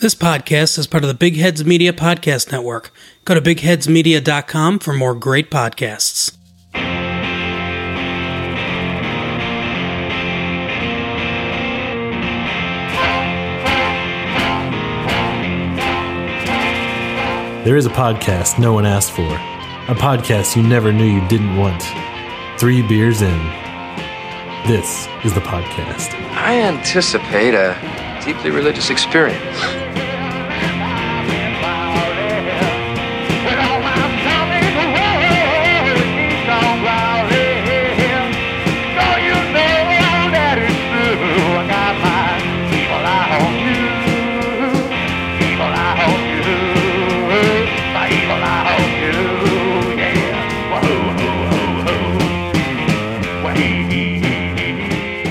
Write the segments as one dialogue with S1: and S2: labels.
S1: This podcast is part of the Big Heads Media Podcast Network. Go to bigheadsmedia.com for more great podcasts.
S2: There is a podcast no one asked for, a podcast you never knew you didn't want. Three beers in. This is the podcast.
S3: I anticipate a deeply religious experience.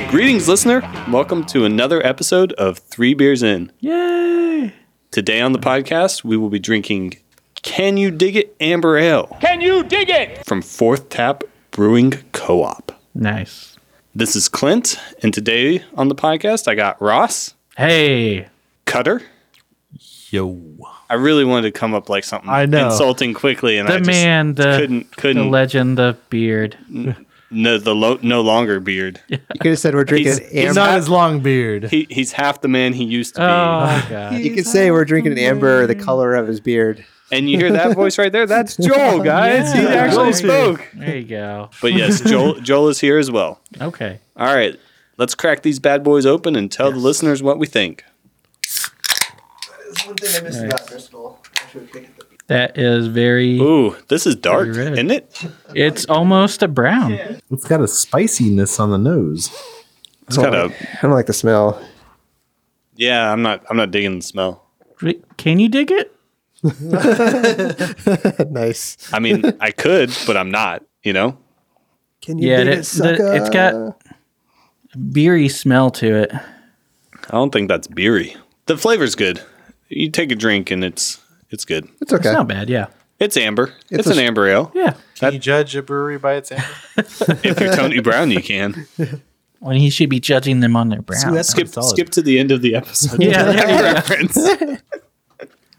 S4: Greetings, listener. Welcome to another episode of Three Beers In.
S2: Yay!
S4: Today on the podcast, we will be drinking Can You Dig It Amber Ale
S5: Can you dig it?
S4: from Fourth Tap Brewing Co op.
S6: Nice.
S4: This is Clint, and today on the podcast, I got Ross,
S6: Hey,
S4: Cutter.
S2: Yo.
S4: I really wanted to come up like something
S2: I know.
S4: insulting quickly, and
S6: the
S4: I just
S6: man, the
S4: couldn't,
S6: the
S4: couldn't,
S6: legend, the beard.
S4: no, the lo- no longer beard.
S7: You could have said we're drinking
S4: He's-
S2: It's
S7: amber.
S2: not his long beard.
S4: He, he's half the man he used to be.
S6: Oh god.
S7: you could say we're drinking an amber, the color of his beard.
S4: And you hear that voice right there? That's Joel, guys. he
S6: Yeah.
S4: actually spoke.
S6: There you go.
S4: But yes, Joel, Joel is here as well.
S6: Okay.
S4: All right, let's crack these bad boys open and tell the listeners what we think.
S7: One thing I miss
S6: Nice.
S7: about Bristol.
S6: That is very
S4: Ooh, this is dark,
S6: Pretty red.
S4: isn't it?
S6: it's almost a brown.
S2: It's got a spiciness on the nose.
S4: It's got a
S7: I don't like the smell.
S4: yeah. I'm not. I'm not digging the smell.
S6: Wait, Can you dig it?
S7: nice.
S4: I mean, I could, but I'm not. You know,
S7: Can
S6: Yeah, it, the, it's got a beery smell to it.
S4: I don't think that's beery. The flavor's good. You take a drink and it's it's good.
S7: It's okay.
S6: It's not bad, yeah.
S4: It's amber. It's,
S7: a
S4: an
S7: s-
S4: amber ale.
S6: Yeah.
S8: Can you judge a brewery by its amber?
S4: If you're Tony Brown, you can
S6: When he should be judging them on their brown.
S2: that's-
S4: skip
S2: solid.
S4: skip to the end of the episode.
S6: yeah, there you go.
S4: Reference.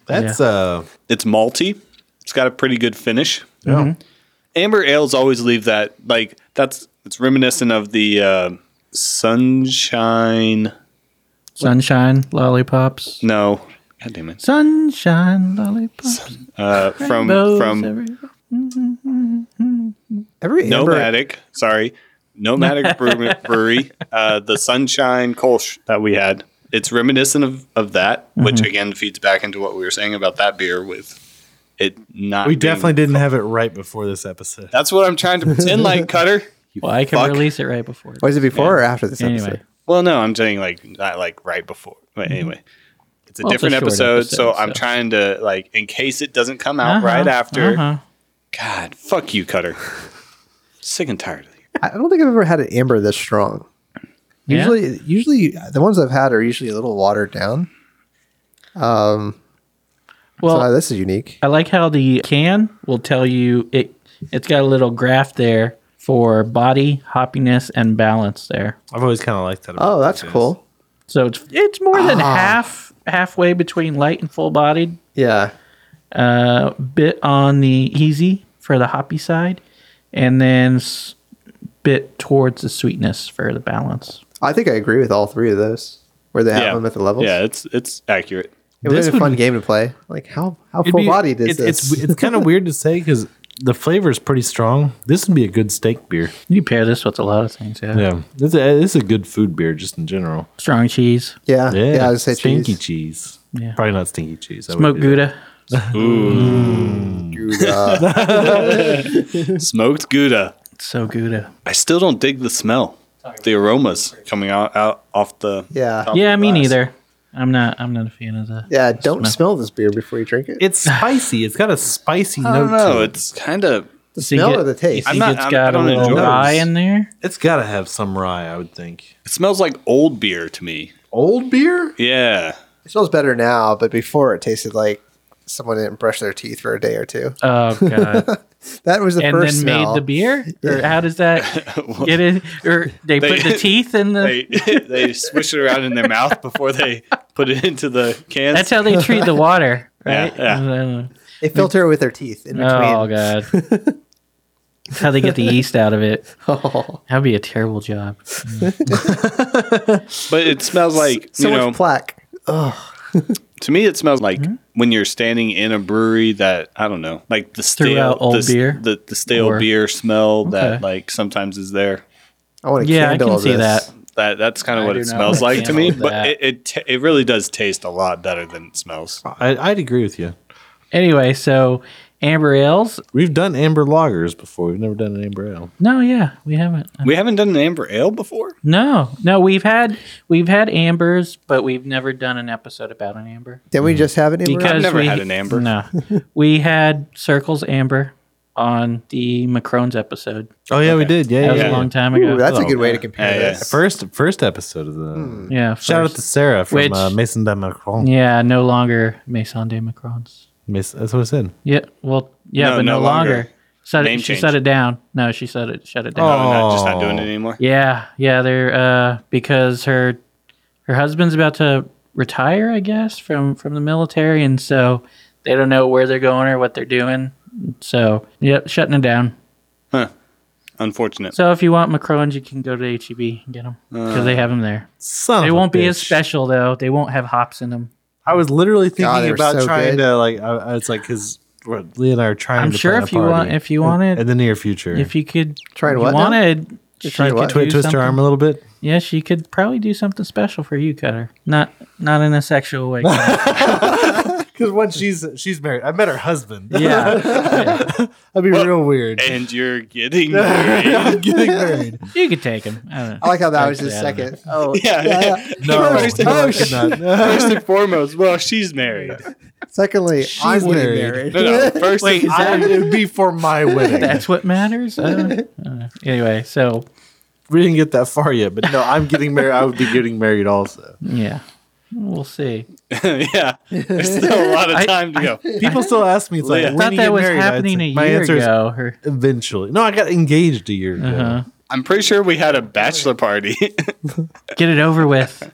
S8: That's uh
S4: It's malty. It's got a pretty good finish. Amber ales always leave that like that's it's reminiscent of the uh, sunshine.
S6: sunshine lollipops.
S4: No, god damn it.
S6: Sunshine lollipops.
S4: Uh, from
S6: Rainbows
S4: from
S6: everywhere.
S7: Every amber,
S4: nomadic. Sorry, nomadic Brew- brewery. Uh, the sunshine kolsch that we had. It's reminiscent of of that, which again feeds back into what we were saying about that beer with it not.
S2: We
S4: being-
S2: definitely didn't have it right before this episode.
S4: That's what I'm trying to pretend like, Cutter.
S6: Well, I can
S4: fuck.
S6: release it right before.
S7: was it before or after this
S6: Anyway,
S7: episode?
S4: Well, no, I'm saying like not like right before. But anyway, it's a
S6: Mm-hmm. Well, it's a
S4: different
S6: short
S4: episode, so
S6: episode,
S4: I'm
S6: so.
S4: trying to like in case it doesn't come out
S6: Uh-huh,
S4: right after.
S6: uh-huh.
S4: God, fuck you, Cutter. Sick and tired of you.
S7: I don't think I've ever had an amber this strong.
S6: Yeah?
S7: Usually, usually the ones I've had are usually a little watered down.
S6: Well, uh,
S7: so this is unique.
S6: I like how the can will tell you it. It's got a little graph there for body, hoppiness, and balance there.
S2: I've always kind of liked that. about
S7: Oh, that's
S2: this.
S7: cool.
S6: So it's it's more than
S7: Ah.
S6: half halfway between light and full bodied.
S7: Yeah.
S6: A bit on the easy for the hoppy side, and then s- bit towards the sweetness for the balance.
S7: I think I agree with all three of those where they have them at the levels.
S4: Yeah, it's it's accurate.
S7: It would
S2: This
S7: have been a
S2: would
S7: fun
S2: be-
S7: game to play. Like how how
S2: It'd
S7: full
S2: be-
S7: bodied
S2: it's,
S7: is this?
S2: It's, it's kind of weird to say because the flavor is pretty strong. This would be a good steak beer.
S6: You pair this with a lot of things, yeah.
S2: Yeah, this is a, this is a good food beer just in general.
S6: Strong cheese,
S7: yeah. Yeah. I would say
S2: stinky
S7: cheese.
S2: cheese.
S6: Yeah.
S2: Probably not stinky cheese. I
S6: smoked
S2: wouldn't do that.
S6: gouda.
S7: Uh,
S4: Smoked gouda.
S6: It's so gouda.
S4: I still don't dig the smell. The aromas coming out, out off the
S7: Yeah.
S4: top
S6: Yeah,
S4: of
S6: me
S4: glass.
S6: neither. I'm not. I'm not a fan of the.
S7: yeah. Don't smell this beer before you drink it.
S2: It's spicy. It's got a spicy
S4: I
S2: note
S4: don't know.
S2: to it.
S4: It's kind of
S7: the
S6: think
S7: smell
S6: it-
S7: or the taste.
S6: I
S4: I'm
S6: think
S4: not-
S6: it's
S4: I'm- I
S6: got a
S4: don't
S6: little
S4: enjoy
S6: rye
S4: this.
S6: in there.
S2: It's got to have some rye, I would think.
S4: it smells like old beer to me.
S2: Old beer?
S4: Yeah,
S7: It smells better now, but before it tasted like someone didn't brush their teeth for a day or two.
S6: Oh god!
S7: That was the
S6: and then
S7: first smell.
S6: made the beer, or how does that get in? Or they,
S4: They-
S6: put the teeth in the.
S4: they they swish it around in their mouth before they put it into the cans.
S6: That's how they treat the water, right? Uh,
S4: Yeah,
S7: They filter it with their teeth in between.
S6: Oh god. That's how they get the yeast out of it.
S7: Oh,
S6: That'd be a terrible job.
S4: but it smells like
S7: so
S4: you
S7: much
S4: know.
S7: plaque.
S4: to me, it smells like
S6: Mm-hmm.
S4: when you're standing in a brewery that I don't know, like the
S6: Threw
S4: stale
S6: out old
S4: the, s-
S6: beer?
S4: the, the stale
S6: Or-
S4: beer smell
S6: Okay.
S4: that like sometimes is there.
S7: I want a
S6: Yeah, I
S7: candle
S6: can
S7: of
S6: see
S7: this.
S6: that.
S4: That that's kind
S6: I
S4: of what
S6: do
S4: it
S6: not
S4: smells
S6: like
S4: like to me.
S6: candles
S4: But
S6: that.
S4: it it, t- it really does taste a lot better than it smells.
S8: I, I'd agree with you.
S6: Anyway, so amber ales?
S8: We've done amber loggers before. We've never done an amber ale.
S6: No, yeah, we haven't.
S4: We haven't done an amber ale before.
S6: No, no, we've had we've had ambers, but we've never done an episode about an amber
S7: Didn't we just have it? in
S6: because
S7: Maroon?
S4: never
S6: we,
S4: had an amber.
S6: No, we had circles amber on the Macrones episode.
S8: Oh yeah, we did. Yeah,
S6: That
S8: yeah.
S6: was
S8: yeah.
S6: a long time ago.
S7: Ooh, that's a
S8: Oh,
S7: good way to compare
S4: Yeah, yeah.
S7: this.
S8: First, first episode of the.
S6: yeah.
S8: Shout out
S6: first.
S8: to Sarah from
S6: Which-
S8: uh, Mason de Macron.
S6: yeah, no longer Maison de Macrones.
S8: Mas- that's what I said.
S6: Yeah, well, yeah,
S4: No,
S6: but no,
S4: no
S6: longer.
S4: longer.
S6: Shut it,
S4: Name
S6: she
S4: change.
S6: shut it down. No, she shut it. Shut it
S4: No,
S6: down.
S8: Oh.
S4: not, just not doing it anymore.
S6: Yeah, yeah, they're uh, because her her husband's about to retire, I guess, from from the military, and so they don't know where they're going or what they're doing. So, yep, shutting it down.
S4: Unfortunate.
S6: So, if you want Macrons, you can go to HEB and get them
S4: Uh.
S6: because they have them there.
S8: Son
S6: They
S8: of a
S6: won't be as
S8: bitch.
S6: special though. They won't have hops in them.
S8: I was literally thinking
S7: they were
S8: about
S7: so
S8: trying
S7: good.
S8: to like. I, I was like, because Lee and I are trying.
S6: I'm
S8: to
S6: sure
S8: plan a
S6: if you want-
S8: party
S6: if you wanted-
S8: in the near future,
S6: If you could
S7: Tried
S6: if
S7: what
S6: You
S7: now?
S6: wanted. She
S7: tried
S6: could
S7: what?
S6: do
S8: Twi- twist
S6: something-
S8: your arm a little bit.
S6: Yeah, she could probably do something special for you, Cutter. Not not in a sexual way. Cutter.
S8: Because once she's she's married, I met her husband.
S6: yeah,
S8: that'd be real weird.
S4: And you're getting married.
S8: Getting married.
S6: you could take him. I don't know.
S7: I like how that was his
S6: Yeah.
S7: second. Oh,
S4: yeah.
S8: No,
S4: First,
S8: no, I could not.
S4: first and foremost, well, she's married.
S7: secondly, I'm getting
S8: married.
S7: married.
S4: No, no. First,
S6: Wait, is
S8: I-
S6: that,
S8: it would be for my wedding.
S6: that's what matters? I don't, I don't know. Anyway, so
S8: We didn't get that far yet, but no, I'm getting married. I would be getting married also.
S6: yeah, we'll see.
S4: yeah. There's still a lot
S6: I-
S4: of time to go.
S8: People still ask me, it's like,
S4: Yeah.
S8: when
S6: I thought
S8: you
S6: that
S8: get
S6: was
S8: married? I'd
S6: happening
S8: say-
S6: a year
S8: My answer is
S6: ago. Her,
S8: eventually. No, I got engaged a year ago.
S6: uh,
S4: I'm pretty sure we had a bachelor party.
S6: get it over with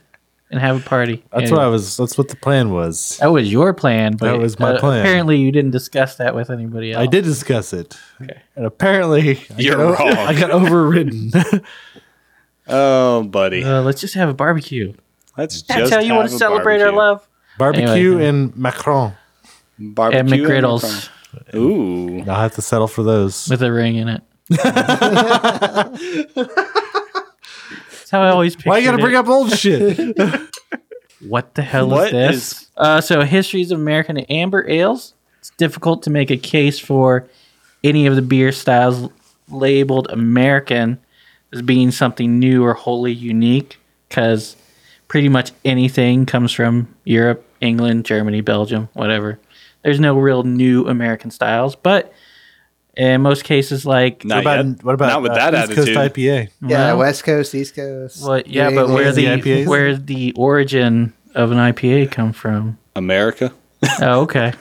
S6: and have a party.
S8: That's
S6: Anyway,
S8: what I was. That's what the plan was.
S6: That was your plan, but uh,
S8: That was my plan.
S6: Apparently, you didn't discuss that with anybody else.
S8: I did discuss it, and apparently I
S4: You're
S8: got, o-
S4: wrong.
S8: I got overridden.
S4: oh, buddy.
S6: Uh, let's just have a barbecue.
S4: Let's
S6: That's
S4: just
S6: how you want
S4: want
S6: to celebrate our love.
S8: Barbecue
S6: Anyway.
S8: and Macron.
S4: Barbecue
S6: And McGriddles
S4: and- Ooh.
S8: I'll have to settle for those.
S6: with a ring in it. That's how I always picture
S8: Why you gotta bring
S6: it.
S8: up old shit?
S6: What the hell is
S4: What
S6: this?
S4: is-
S6: Uh, so, histories of American amber ales. It's difficult to make a case for any of the beer styles labeled American as being something new or wholly unique, because pretty much anything comes from Europe, England, Germany, Belgium, whatever. There's no real new American styles, but in most cases, like
S4: Not
S8: what
S4: yet.
S8: about, what about
S4: Not with
S8: uh,
S4: that
S8: East Coast
S4: attitude.
S8: IPA?
S7: Yeah,
S6: Well-
S7: West Coast, East Coast.
S6: Well, yeah,
S7: New
S6: but where
S7: England.
S6: the
S8: The IPAs?
S6: where the origin of an IPA come from?
S4: America.
S6: Oh, okay,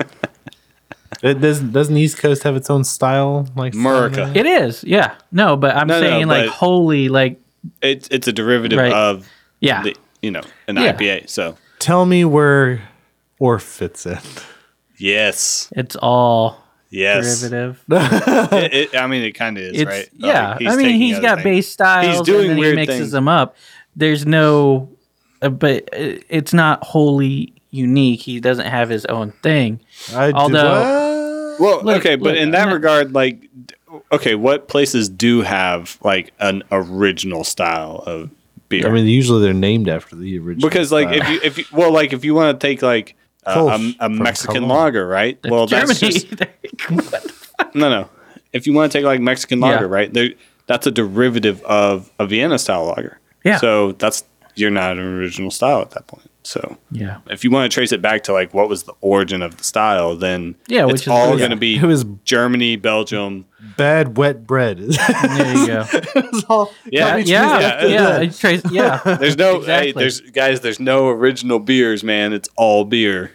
S8: It doesn't, doesn't East Coast have its own style? Like style
S4: America.
S8: now?
S6: it is. Yeah, no, but I'm
S4: No, no,
S6: saying like
S4: but-
S6: holy, like
S4: It's it's a derivative
S6: Right.
S4: of
S6: yeah,
S4: the you know, an
S6: Yeah.
S4: IPA. So
S8: Tell me where Orf fits in.
S4: yes.
S6: it's all
S4: Yes.
S6: derivative.
S4: It- it- I mean it kinda is,
S6: It's
S4: right?
S6: yeah.
S4: Like,
S6: I mean,
S4: taking
S6: he's
S4: other
S6: got
S4: things.
S6: base styles.
S4: He's doing
S6: and then
S4: weird
S6: he mixes
S4: things.
S6: them up. There's no, uh, but uh, it's not wholly unique. He doesn't have his own thing.
S8: I do-
S6: Although-
S4: Well,
S6: Look-
S4: okay, but
S6: look,
S4: in that
S6: I'm not-
S4: regard, like, d- okay, what places do have like an original style of beer?
S8: I mean, usually they're named after the original.
S4: because like
S8: style.
S4: if you if you, well, like if you want to take like uh,
S8: Kolsch
S4: a, a
S8: uh, from
S4: Mexican
S8: Cologne.
S4: lager, right? Well, that's
S6: Germany.
S4: just no, no. If you want to take like Mexican
S6: Yeah.
S4: lager, right? There, that's a derivative of a Vienna style lager.
S6: Yeah.
S4: So that's you're not an original style at that point. So
S6: yeah,
S4: if you want to trace it back to like what was the origin of the style, then
S6: Yeah,
S4: it's
S6: which is-
S4: all
S6: yeah.
S4: going to be
S8: It was-
S4: Germany, Belgium.
S8: bad wet bread. It's
S6: there you go.
S8: all-
S4: Yeah,
S6: yeah, yeah, I trace- yeah.
S4: There's no,
S6: Exactly.
S4: hey, there's guys, there's no original beers, man. It's all beer.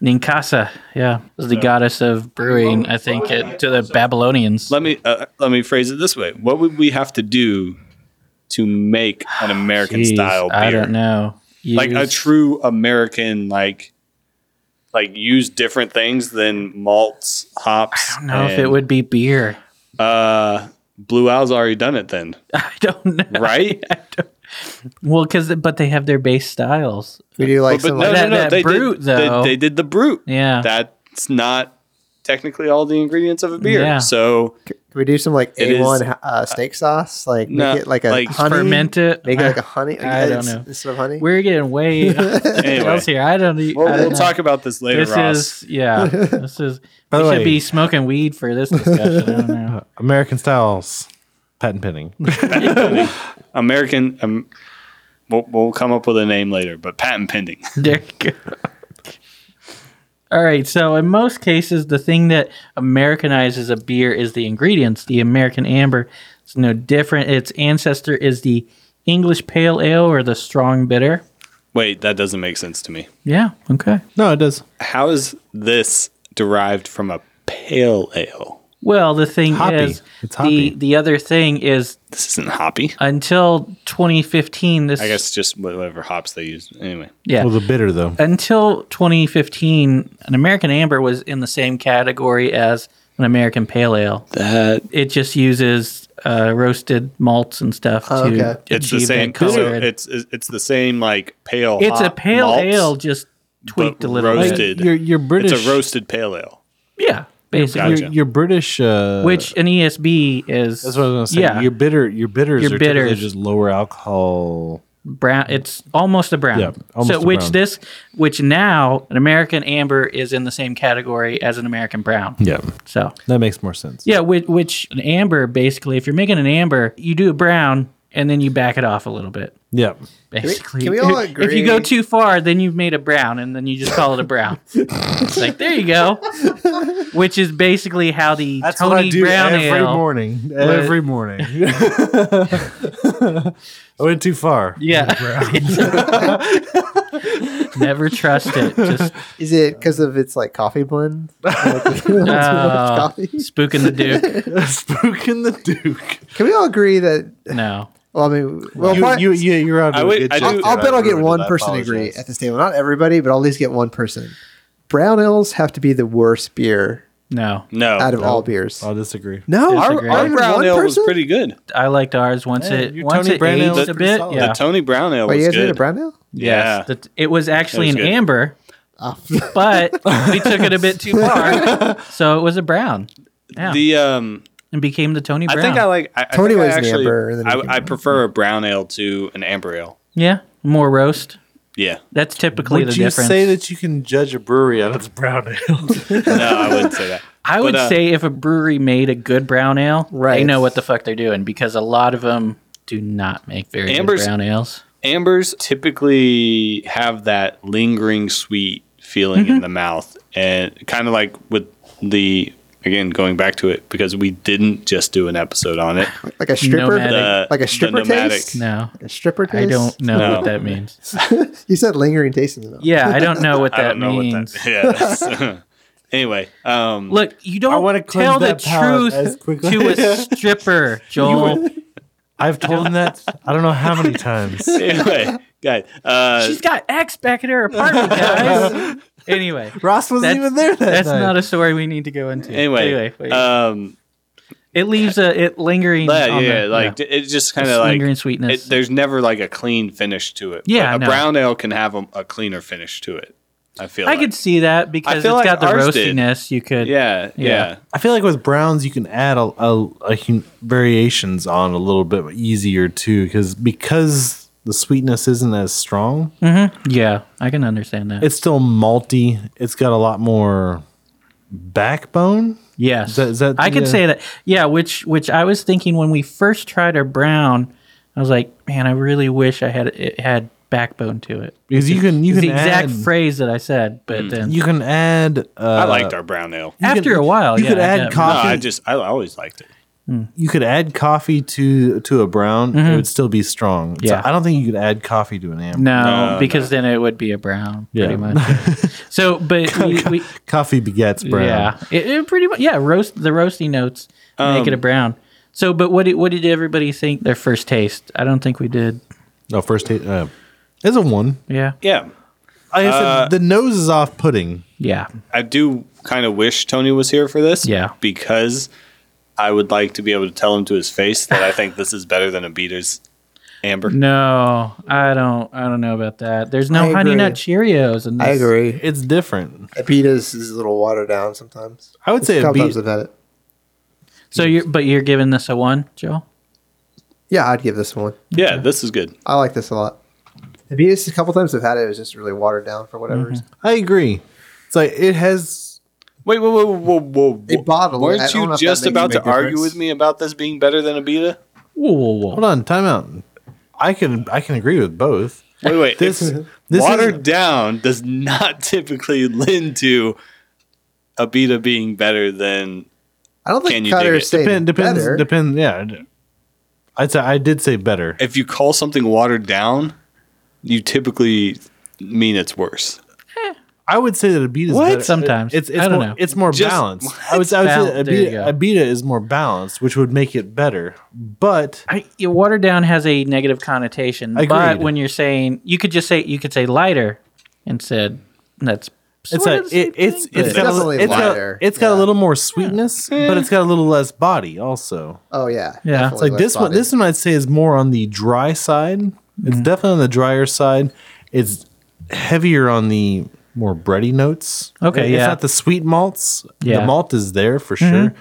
S6: Ninkasa, yeah, was the goddess of brewing, I think, it, to the Babylonians.
S4: Let me uh, let me phrase it this way: What would we have to do to make an American
S6: Jeez,
S4: style beer?
S6: I don't know.
S4: like a
S6: Use-
S4: true American, like like use different things than malts, hops.
S6: I don't know if it
S4: and,
S6: would be beer.
S4: Uh, Blue Owl's already done it then,
S6: I don't know.
S4: right?
S6: Well, because but they have their base styles.
S7: We do like
S4: but
S7: some
S4: no,
S7: like,
S6: that-
S4: no, no,
S6: that
S4: they
S6: brute,
S4: did. they-
S6: though.
S4: They, did the brute.
S6: Yeah.
S4: that's not technically all the ingredients of a beer.
S6: Yeah.
S4: So
S7: can we do some like
S4: It is-
S7: A1 uh, steak sauce? Like
S4: No,
S7: make it like a
S4: like
S7: honey.
S6: Ferment it.
S7: Make it like a honey.
S6: I don't
S7: it's-
S6: know.
S7: Instead of honey.
S6: We're getting way else here. I don't. e-
S4: we'll,
S6: I
S4: we'll
S6: don't know.
S4: talk about this later,
S6: This
S4: Ross.
S6: is yeah. This is.
S8: By
S6: we
S8: the
S6: should
S8: way-
S6: be smoking weed for this discussion. I don't know.
S8: American styles, patent pending.
S4: American. Um, we'll, we'll come up with a name later, but patent pending.
S6: There you go. All right. So in most cases, the thing that Americanizes a beer is the ingredients. The American amber is no different. Its ancestor is the English pale ale or the strong bitter.
S4: Wait, that doesn't make sense to me.
S6: Yeah. Okay.
S8: no, it does.
S4: How is this derived from a pale ale?
S6: Well, the thing
S8: Hoppy.
S6: is,
S8: It's hoppy.
S6: the the other thing is
S4: This isn't hoppy.
S6: until 2015. This
S4: I guess just whatever hops they use. Anyway,
S6: Yeah.
S8: Well, the bitter though.
S6: until 2015, an American amber was in the same category as an American pale ale.
S4: that
S6: It just uses uh, roasted malts and stuff to
S7: Oh, okay.
S4: it's the
S6: achieve that
S4: same.
S6: color.
S4: So it's it's the same like pale.
S6: It's a
S4: hop
S6: pale
S4: malts.
S6: ale, just tweaked a little bit.
S4: roasted.
S8: Your your British.
S4: It's a roasted pale ale.
S6: Yeah, basically.
S4: Gotcha.
S8: Your, your British. Uh,
S6: Which an ESB is
S8: That's what I was gonna say.
S6: Yeah,
S8: Your bitter. Your bitters.
S6: Your
S8: Your bitters
S6: bitters.
S8: just lower alcohol.
S6: brown. It's almost a brown.
S8: Yeah, almost
S6: so
S8: a
S6: which
S8: brown.
S6: this, which now an American amber is in the same category as an American brown.
S8: Yeah,
S6: So
S8: that makes more sense.
S6: Yeah, which, which an amber basically, if you're making an amber, you do a brown and then you back it off a little bit.
S8: Yeah.
S6: Basically,
S7: can we all
S6: If- If you go
S7: agree-
S6: too far, then you've made a brown, and then you just call it a brown. it's like there you go, which is basically how the Tony Brown
S8: every
S6: ale.
S8: morning. Uh, Every morning. I went too far.
S6: Yeah, never trust it. Just
S7: Is it because of its like coffee blend? Like, too much
S6: Oh.
S7: coffee?
S6: spooking the Duke.
S8: Spooking the Duke.
S7: Can we all agree that?
S6: No,
S7: Well, I mean, well,
S8: you,
S7: part-
S8: you, you, you're out of
S4: I
S8: a
S4: would-
S8: good
S4: I do-
S8: job
S7: I'll,
S8: there.
S7: I'll bet
S8: I
S7: I'll get
S8: ruined
S7: one
S8: it. I
S7: person to
S8: apologize.
S7: agree at this table. Not everybody, but I'll at least get one person. Brown ales have to be the worst beer
S6: no.
S4: No,
S7: out of all beers.
S8: I'll disagree.
S7: No,
S6: Disagree. Our- our
S7: Even
S4: brown
S7: one
S4: ale
S7: person?
S4: was pretty good.
S6: I liked ours once
S8: Yeah,
S6: it
S8: your
S6: once
S8: Tony
S6: it
S8: Brown ale
S6: aged
S8: was
S6: a
S8: pretty
S6: bit.
S8: solid.
S6: Yeah,
S4: The Tony Brown ale
S7: Wait,
S4: was
S7: you guys made a
S4: good.
S7: brown ale?
S4: yeah,
S6: The- it was actually
S4: was
S6: an
S4: good.
S6: amber.
S7: Oh.
S6: but we took it a bit too far, so it was a brown. Yeah,
S4: the um.
S6: and became the Tony Brown.
S4: I think I like. I, I
S7: Tony
S4: think I
S7: was an
S4: actually-
S7: amber, and then he became
S4: I, I prefer a brown ale to an amber ale.
S6: yeah, more roast.
S4: Yeah.
S6: That's typically
S8: Would
S6: the
S8: you
S6: difference.
S8: say that you can judge a brewery out of its brown ale?
S4: No, I wouldn't say that.
S6: I would
S4: but, uh,
S6: say if a brewery made a good brown ale, they
S7: Right.
S6: know what the fuck they're doing because a lot of them do not make very
S4: Amber's-
S6: good brown ales.
S4: Ambers typically have that lingering sweet feeling
S6: Mm-hmm.
S4: in the mouth, and kind of like with the again going back to it because we didn't just do an episode on it.
S7: Like a stripper?
S6: Nomadic.
S4: The-
S7: Like a
S4: the
S7: stripper
S4: nomadic.
S7: taste?
S6: No,
S7: A stripper taste?
S6: I don't know
S4: No.
S6: what that means.
S7: You said lingering taste in the mouth.
S6: Yeah, I don't know what
S4: I
S6: that
S4: don't know
S6: means.
S4: what that. Yeah. that's- anyway, um,
S6: Look, you
S8: I
S6: don't
S8: wanna cleanse
S6: tell the
S8: that palate as
S6: truth
S8: quickly-
S6: to a stripper, Joel.
S8: I've told him that I don't know how many times.
S4: anyway, guys, uh,
S6: She's got X back at her apartment, guys. anyway.
S8: Ross wasn't
S6: That's-
S8: even there that
S6: That's
S8: night.
S6: not a story we need to go into.
S4: anyway,
S6: wait.
S4: um,
S6: it leaves a it lingering.
S4: yeah,
S6: on
S4: yeah,
S6: the,
S4: like it just kind
S6: Just
S4: of like
S6: lingering sweetness.
S4: It, there's never like a clean finish to it.
S6: Yeah,
S4: a
S6: no.
S4: brown ale can have a, a cleaner finish to it. I feel.
S6: I
S4: like.
S6: could see that because
S4: I
S6: it's
S4: feel like
S6: got the
S4: ours did.
S6: roastiness. You could.
S4: Yeah, yeah.
S6: Yeah.
S8: I feel like with browns, you can add a, a, a hun- variations on a little bit easier too, because because the sweetness isn't as strong.
S6: Yeah, I can understand that.
S8: It's still malty. It's got a lot more backbone.
S6: yes,
S8: Is that- is that
S6: I could
S8: the, uh,
S6: say that. Yeah, which which I was thinking when we first tried our brown, I was like, man, I really wish I had it had backbone to it.
S8: Because you can you
S6: It's
S8: can
S6: the exact
S8: add
S6: phrase that I said,
S4: Mm.
S6: but then
S8: you can add. Uh,
S4: I liked our brown ale.
S8: you
S6: after
S8: can-
S6: a while,
S8: you
S6: yeah,
S8: could
S6: I
S8: add
S6: get it.
S8: coffee.
S4: No, I just I always liked it.
S8: you could add coffee to to a brown. It would still be strong. So
S6: Mm-hmm. Yeah.
S8: I don't think you could add coffee to an amber.
S6: No, because then it would be a brown, pretty
S8: Yeah.
S6: much. so, but we, we
S8: Coffee begets brown.
S6: yeah, it, it pretty much yeah. Roast the roasty notes make it a brown. So, but what did, what did everybody think their first taste? I don't think we did.
S8: No, first ta- uh, It's a one.
S6: Yeah.
S4: Yeah.
S8: Like I
S4: Uh,
S8: said, the nose is off putting.
S6: Yeah.
S4: I do kind of wish Tony was here for this.
S6: Yeah.
S4: Because I would like to be able to tell him to his face that I think this is better than a beater's amber.
S6: No, I don't. I don't know about that. There's no
S7: I
S6: Honey
S7: agree.
S6: Nut Cheerios. In this.
S7: I agree.
S8: It's different.
S7: Abita's is a little watered down sometimes.
S8: I would say a
S7: a couple
S8: beat-
S7: times I've had it.
S6: So you're, but you're giving this a one, Joe.
S7: Yeah, I'd give this one.
S4: Yeah, this is good.
S7: I like this a lot. Abita's a couple times I've had it. It was just really watered down for whatever reason.
S8: I agree. It's like it has.
S4: Wait, whoa, whoa, whoa, whoa.
S7: They
S4: whoa.
S7: bottle it. I
S4: Weren't
S7: don't know
S4: you
S7: if that
S4: just
S7: makes a
S4: about
S7: big
S4: to argue
S7: difference.
S4: with me about this being better than a beta?
S6: Whoa, whoa,
S8: Hold
S6: whoa.
S8: on, time out. I can I can agree with both.
S4: Wait, wait.
S8: This
S4: if
S8: is- this
S4: watered
S8: is-
S4: down does not typically lend to a beta being better than
S7: I don't
S4: Can
S7: think
S4: you dig
S7: Cutter
S4: it?
S7: stayed
S8: Depend, depends.
S7: better.
S8: Depends. Yeah, I'd say I did say better.
S4: if you call something watered down, you typically mean it's worse.
S8: I would say that Abita is
S6: What?
S8: better.
S6: Sometimes.
S8: it's, it's
S6: I don't
S8: more,
S6: know.
S8: It's more
S4: Just-
S8: balanced. I would, I would
S6: Bal- there
S8: say
S6: you
S8: that Abita, Abita is more balanced, which would make it better. But
S6: I, your water down has a negative connotation, but
S8: Agreed.
S6: when you're saying, you could just say, you could say lighter, and said that's
S8: it's
S6: sort
S8: a,
S6: of the same
S8: it, it's
S6: thing,
S8: it's
S6: but- Eh.
S8: got a,
S7: definitely
S8: li- it's got,
S7: lighter.
S8: it's got a
S7: Yeah.
S8: little more sweetness, but it's got a little less body also.
S7: Oh yeah,
S6: Yeah, it's
S8: It's like
S7: definitely
S8: this
S7: less
S8: one.
S7: body.
S8: This one I'd say is more on the dry side. It's definitely on the drier side. It's heavier on the more bready notes.
S6: Okay,
S8: It-
S6: yeah.
S8: It's not the sweet malts.
S6: Yeah.
S8: The malt is there for sure,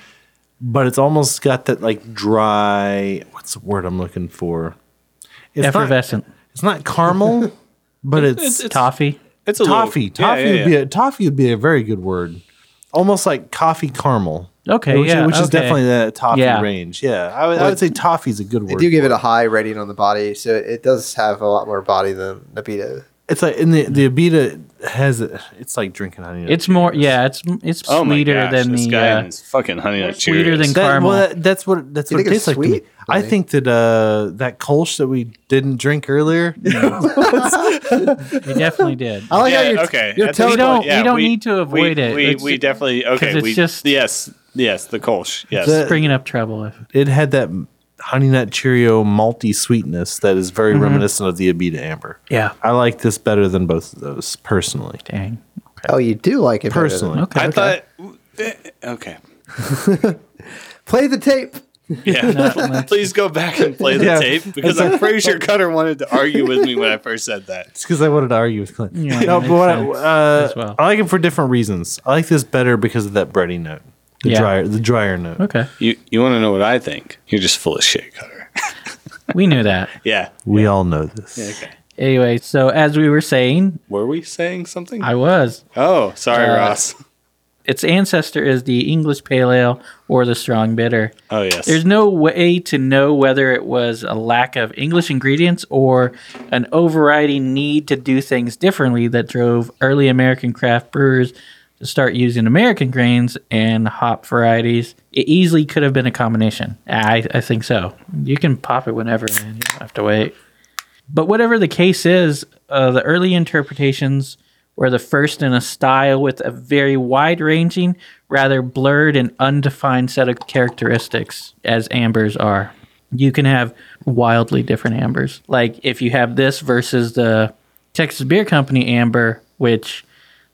S8: but it's almost got that like dry. What's the word I'm looking for? It's
S6: effervescent
S8: Not, it's not caramel, but it's,
S6: toffee.
S4: It's a
S8: toffee.
S4: Little, yeah,
S8: toffee
S4: yeah,
S8: would be
S4: yeah.
S8: a toffee would be a very good word. Almost like coffee caramel.
S6: Okay,
S8: which,
S6: yeah,
S8: which is
S6: okay.
S8: definitely the toffee
S6: Yeah.
S8: range. Yeah, I would, I would say toffee's a good
S7: They
S8: word.
S7: do give it a high rating on the body, so it does have a lot more body than Nabita.
S8: It's like in the the Abita has it's like drinking honey. Nut
S6: It's
S8: Cheerios.
S6: more, yeah, it's it's
S4: Oh my
S6: sweeter
S4: gosh,
S6: than
S4: this
S6: the.
S4: guy
S6: uh,
S4: and his fucking honey nut
S6: sweeter
S4: Cheerios.
S8: That-
S6: than caramel.
S8: well, that- that's what that's
S7: You
S8: what it
S7: think it's
S8: tastes like. to me.
S7: sweet,
S8: I
S7: Billy?
S8: think that uh that Kolsch that we didn't drink earlier.
S6: we definitely did.
S7: I like
S4: Yeah,
S7: how you're,
S4: okay.
S7: you're
S4: At this
S7: telling
S6: We don't-
S4: point, yeah,
S6: we don't need to avoid
S4: we,
S6: it.
S4: We,
S6: It's-
S4: we definitely okay.
S6: 'cause it's
S4: we
S6: just-
S4: yes, yes, the Kolsch. Yes,
S8: The-
S6: Bringing up trouble. If,
S8: it had that honey nut Cheerio malty sweetness that is very reminiscent of the Abita Amber.
S6: Mm-hmm. yeah.
S8: I like this better than both of those personally.
S6: Dang.
S7: Oh, you do like it better than-
S8: Personally,
S6: Okay.
S4: I thought. eh, Okay.
S7: Play the tape.
S4: Yeah. Please go back and play the
S8: Yeah.
S4: tape because I'm pretty sure Cutter wanted to argue with me when I first said that.
S8: It's because I wanted to argue with Clint.
S6: Yeah,
S8: no,
S6: that
S8: but what I,
S6: makes
S8: uh,
S6: as well.
S8: I like it for different reasons. I like this better because of that bready note, the
S6: Yeah.
S8: drier, the drier note.
S6: Okay.
S4: You you want to know what I think? You're just full of shit, Cutter.
S6: We knew that.
S4: Yeah.
S8: We all know this.
S6: Anyway, so as we were saying,
S4: Were we saying something?
S6: I was.
S4: oh, sorry,
S6: Uh,
S4: Ross.
S6: Its ancestor is the English pale ale or the strong bitter.
S4: Oh yes.
S6: There's no way to know whether it was a lack of English ingredients or an overriding need to do things differently that drove early American craft brewers to start using American grains and hop varieties. It easily could have been a combination. I, I think so. You can pop it whenever, man. You don't have to wait. But whatever the case is, uh, the early interpretations were the first in a style with a very wide ranging, rather blurred and undefined set of characteristics, as ambers are. You can have wildly different ambers. Like if you have this versus the Texas Beer Company amber, which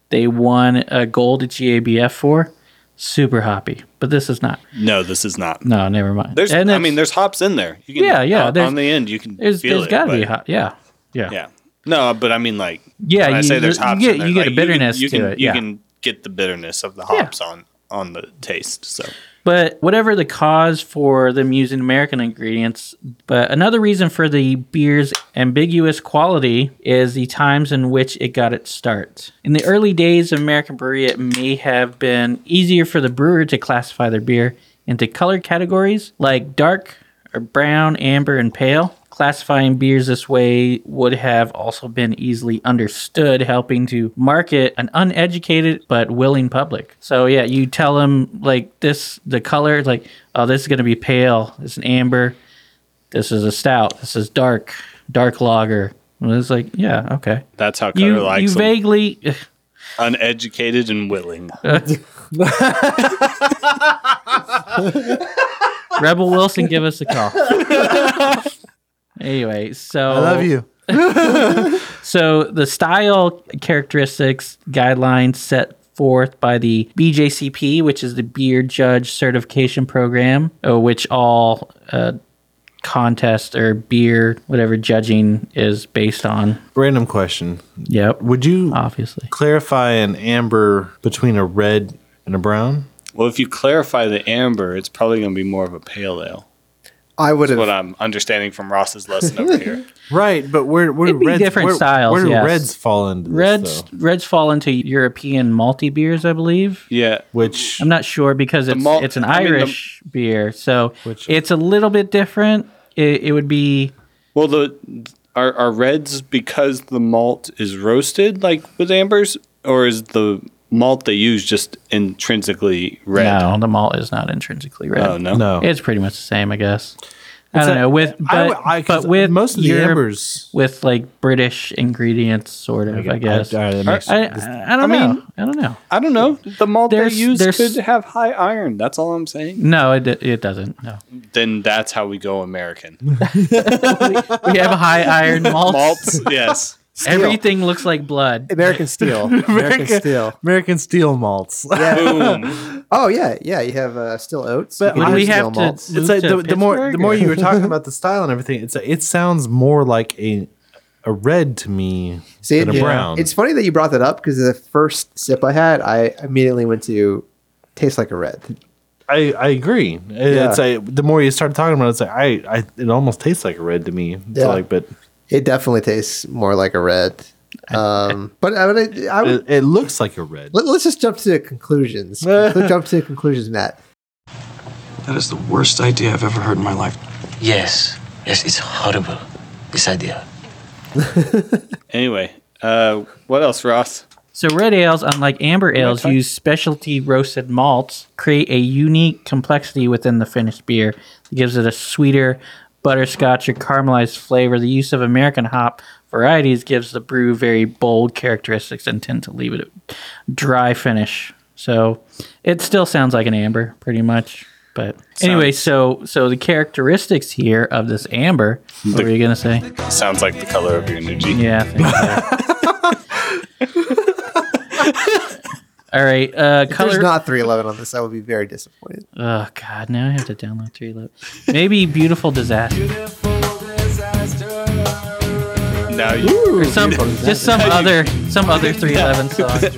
S6: they won a gold at GABF for, super hoppy. But this is not.
S4: no, this is not.
S6: No, never mind.
S4: There's
S6: And
S4: I
S6: it's-
S4: mean, there's hops in there. You can,
S6: Yeah, yeah,
S4: On,
S6: there's-
S4: on the end, you can
S6: there's,
S4: feel
S6: there's
S4: it,
S6: got to be
S4: but-
S6: hop. Yeah. Yeah.
S4: Yeah. No, but I mean, like,
S6: Yeah,
S4: when I
S6: you-
S4: say there's
S6: you
S4: hops
S6: get-
S4: in there,
S6: you get a
S4: like,
S6: bitterness
S4: you can,
S6: to
S4: you can,
S6: it,
S4: You
S6: yeah.
S4: can get the bitterness of the hops on on the taste. So
S6: But whatever the cause for them using American ingredients, but another reason for the beer's ambiguous quality is the times in which it got its start. In the early days of American brewery, it may have been easier for the brewer to classify their beer into color categories like dark or brown, amber, and pale. Classifying beers this way would have also been easily understood, helping to market an uneducated but willing public. So yeah, you tell them like this, the color, like oh, this is gonna be pale. It's an amber. This is a stout. This is dark, dark lager. And it's like yeah, okay.
S4: that's how Cutter
S6: You
S4: likes
S6: you
S4: them.
S6: vaguely
S4: uneducated and willing.
S6: Uh, Rebel Wilson, give us a call. anyway, so
S8: I love you.
S6: So the style characteristics guidelines set forth by the BJCP, which is the Beer Judge Certification Program, uh, which all uh, contest or beer whatever judging is based on.
S8: Random question.
S6: Yep.
S8: Would you
S6: Obviously.
S8: clarify an amber between a red and a brown?
S4: Well, if you clarify the amber, it's probably going to be more of a pale ale.
S7: I would
S4: What
S7: have.
S4: I'm understanding from Ross's lesson over here.
S8: Right, but where where
S6: It'd
S8: do
S6: be
S8: reds,
S6: different
S8: where,
S6: styles,
S8: Where do
S6: yes.
S8: reds fall into this,
S6: Reds
S8: though?
S6: Reds fall into European malty beers, I believe.
S4: Yeah.
S8: Which
S6: I'm not sure because it's
S4: malt-
S6: it's an
S4: I mean, the-
S6: Irish beer, so
S8: Which-
S6: it's a little bit different. It, it would be
S4: Well, the are, are reds because the malt is roasted like with ambers, or is the malt they use just intrinsically red?
S6: no, the malt is not intrinsically red.
S4: Oh no.
S8: no,
S6: It's pretty much the same, I guess. I
S8: It's
S6: don't
S8: a-
S6: know with
S8: I
S6: but,
S8: would- I- 'cause
S6: but with
S8: most of the
S6: Europe-
S8: ambers-
S6: with like British ingredients, sort of. I guess. I,
S8: I, I- that makes-
S6: I, don't
S4: I
S6: know.
S4: mean-
S6: I don't know.
S4: I don't know. The malt they
S6: There's-
S4: use
S6: there's-
S4: could have high iron. That's all I'm saying.
S6: No, it, it doesn't. No,
S4: Then that's how we go American.
S6: we have high iron malts.
S4: Malts, yes.
S6: Everything looks like blood.
S7: American Steel. American Steel.
S8: American steel malts.
S4: Boom.
S7: Oh yeah, yeah. You have uh, steel oats. you
S8: But
S7: can
S8: would
S7: do
S8: we
S7: steel
S6: have to-
S7: malts.
S8: it's
S6: Move
S8: like
S6: to
S8: the, the more the
S6: Pittsburgh,
S8: more
S6: or-
S8: you were talking about the style and everything, it's a, it sounds more like a a red to me
S7: See,
S8: than a
S7: it-
S8: brown.
S7: It's funny that you brought that up because the first sip I had, I immediately went to taste like a red.
S8: I, I agree. It- It's a, the more you start talking about it, it's like I, I it almost tastes like a red to me. It's
S7: Yeah.
S8: like, but
S7: It definitely tastes more like a red. Um, but I would, I
S6: Uh,
S7: would
S8: it, it looks like a red.
S7: let, us just jump to conclusions. Let's jump to conclusions, Matt.
S5: That is the worst idea I've ever heard in my life.
S9: Yes, yes, it's horrible, this idea.
S4: Anyway, uh, what else, Ross?
S6: So red ales, unlike amber ales, use specialty roasted malts, create a unique complexity within the finished beer. It gives it a sweeter butterscotch or caramelized flavor. The use of American hop varieties gives the brew very bold characteristics and tend to leave it a dry finish. So it still sounds like an amber, pretty much. But anyway, so so the characteristics here of this amber. What were you gonna say?
S4: Sounds like the color of your new jeans.
S6: Yeah. I think so. All right. Uh, color.
S7: There's not 311 on this. I would be very disappointed.
S6: oh God! Now I have to download three. Lo- Maybe beautiful disaster
S4: Now you,
S6: or some just some other some other three eleven song just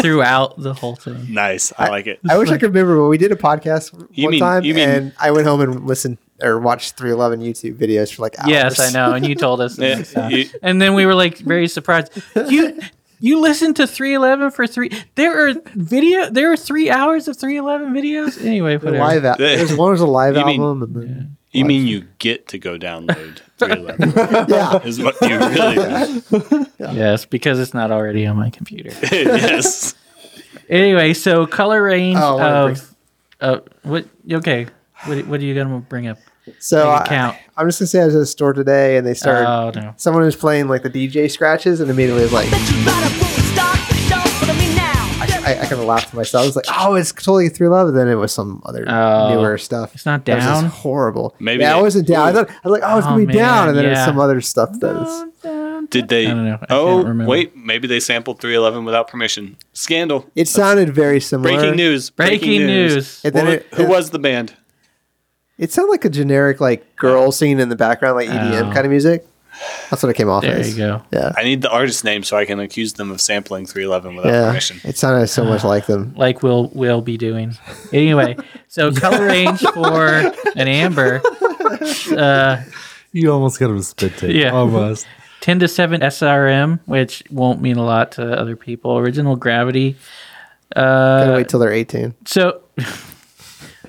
S6: throughout the whole thing.
S4: nice. I like it.
S7: I wish I could remember when we did a podcast
S4: You
S7: one
S4: mean-
S7: time,
S4: you mean-
S7: and I went home and listened or watched 311 YouTube videos for like hours.
S6: Yes, I know. And you told us.
S4: Yeah, you-
S6: and then we were like very surprised. You you listened to 311 for three. There are video. There are three hours of 311 videos. Anyway,
S7: The
S6: whatever.
S7: live al- There's one was a live
S4: You mean-
S7: album, and then,
S4: you mean you get to go download 311
S7: yeah.
S4: is what you really mean.
S6: Yes, because it's not already on my computer.
S4: yes.
S6: Anyway, so color range
S7: Oh, I wanna
S6: of uh, what? Okay, what, what are you gonna bring up?
S7: So
S6: Make it
S7: I,
S6: count.
S7: I'm just gonna say I was at a store today, and they started.
S6: Oh no!
S7: Someone was playing like the DJ scratches, and immediately was like, I, I kind of laughed to myself. I was like, oh, it's totally three love. And then it was some other
S6: Oh.
S7: newer stuff.
S6: It's not
S7: That was just
S6: down?
S7: horrible.
S4: Maybe
S7: yeah, I
S4: they-
S7: wasn't down. I thought I was like, oh, it's
S6: Oh,
S7: gonna be down,
S6: man,
S7: and then it's
S6: yeah.
S7: some other stuff that is.
S4: Did they?
S6: I don't know. I can't
S4: oh,
S6: remember.
S4: wait. Maybe they sampled 311 without permission. Scandal.
S7: It sounded very similar.
S4: Breaking news.
S6: Breaking news.
S7: And
S4: Well,
S7: then it,
S4: who
S7: it,
S4: was the band?
S7: it sounded like a generic like girl singing in the background, like E EDM
S6: Oh.
S7: kind of music. That's what it came off
S6: There
S7: as.
S6: you go.
S7: Yeah,
S4: I need the artist name so I can accuse them of sampling 311 without
S7: yeah.
S4: permission.
S7: It sounded so much like them.
S6: Like we'll we'll be doing. Anyway, so color range for an amber, uh,
S8: You almost got a spit take.
S6: Yeah.
S8: almost.
S6: ten to seven SRM, which won't mean a lot to other people. Original gravity.
S7: Gotta
S6: Uh,
S7: wait till they're 18.
S6: So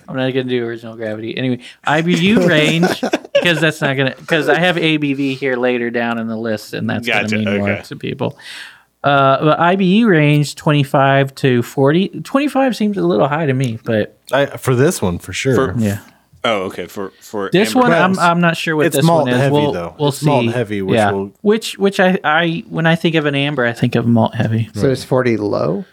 S6: I'm not gonna do original gravity anyway. IBU range because that's not gonna because I have ABV here later down in the list, and that's
S4: Gotcha,
S6: gonna mean more
S4: okay.
S6: to people. Uh, but IBU range 25 to 40. 25 seems a little high to me, but
S8: I, for this one, for sure.
S4: For-
S6: yeah.
S4: Oh, okay. For for
S6: This
S4: Amber
S6: one, I'm,
S8: Rose.
S6: I'm not sure what
S8: It's
S6: this
S8: malt
S6: one is.
S8: heavy,
S6: we'll,
S8: though.
S6: we'll
S8: It's
S6: see.
S8: malt heavy, which will-
S6: which which I, I when I think of an amber, I think of malt heavy.
S7: So it's 40 low.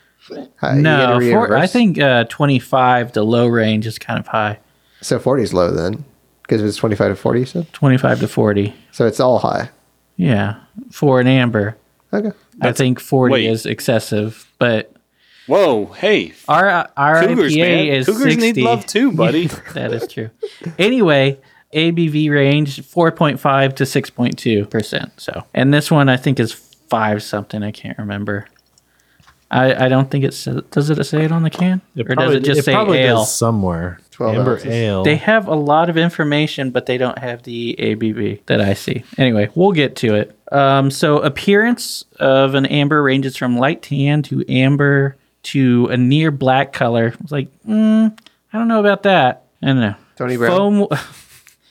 S7: Hi, you gotta
S6: no,
S7: read
S6: for,
S7: reverse.
S6: I think uh, 25 to low range is kind of high.
S7: so. 40 is low then, because it's 25 to 40. So
S6: 25 to 40.
S7: so it's all high.
S6: Yeah, for an amber.
S7: Okay.
S6: I think 40
S4: wait.
S6: is excessive, but
S4: Whoa, hey,
S6: our our
S4: Cougars,
S6: IPA
S4: man.
S6: is
S4: Cougars
S6: 60.
S4: need love too, buddy.
S6: that is true. Anyway, ABV range 4.5 to 6.2 percent. So, and this one I think is five something. I can't remember. I, I don't think it says. Does it say it on the can, or
S8: probably-
S6: does it just say
S8: probably
S6: ale?
S8: Does somewhere.
S7: 12
S8: Amber
S7: ounces.
S8: ale.
S6: They have a lot of information, but they don't have the ABV that I see. Anyway, we'll get to it. Um, so, appearance of an amber ranges from light tan to amber to a near black color. It's like, mm, I don't know about that. I don't know.
S7: Tony Brown.
S6: Foam,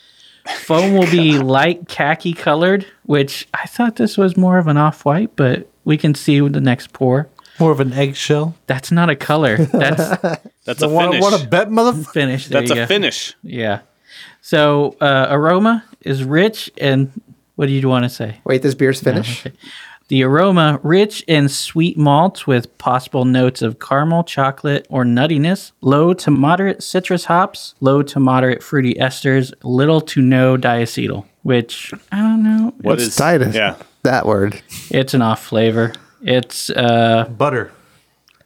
S6: foam will be light khaki colored, which I thought this was more of an off white, but we can see with the next pour.
S8: more of an eggshell.
S6: That's not a color. That's
S4: That's a
S8: Wanna-
S4: finish.
S8: wanna bet, motherfucker?
S6: finish. There
S4: That's
S6: you
S4: a
S6: go.
S4: finish.
S6: Yeah. So uh, aroma is rich and what do you want to say?
S7: Wait, this beer's finished.
S6: The aroma rich and sweet malts with possible notes of caramel, chocolate, or nuttiness, low to moderate citrus hops, low to moderate fruity esters, little to no diacetyl, which I don't know.
S4: What
S7: What's
S4: is-
S7: Titus?
S4: Yeah.
S7: That word.
S6: It's an off flavor. It's uh,
S8: Butter.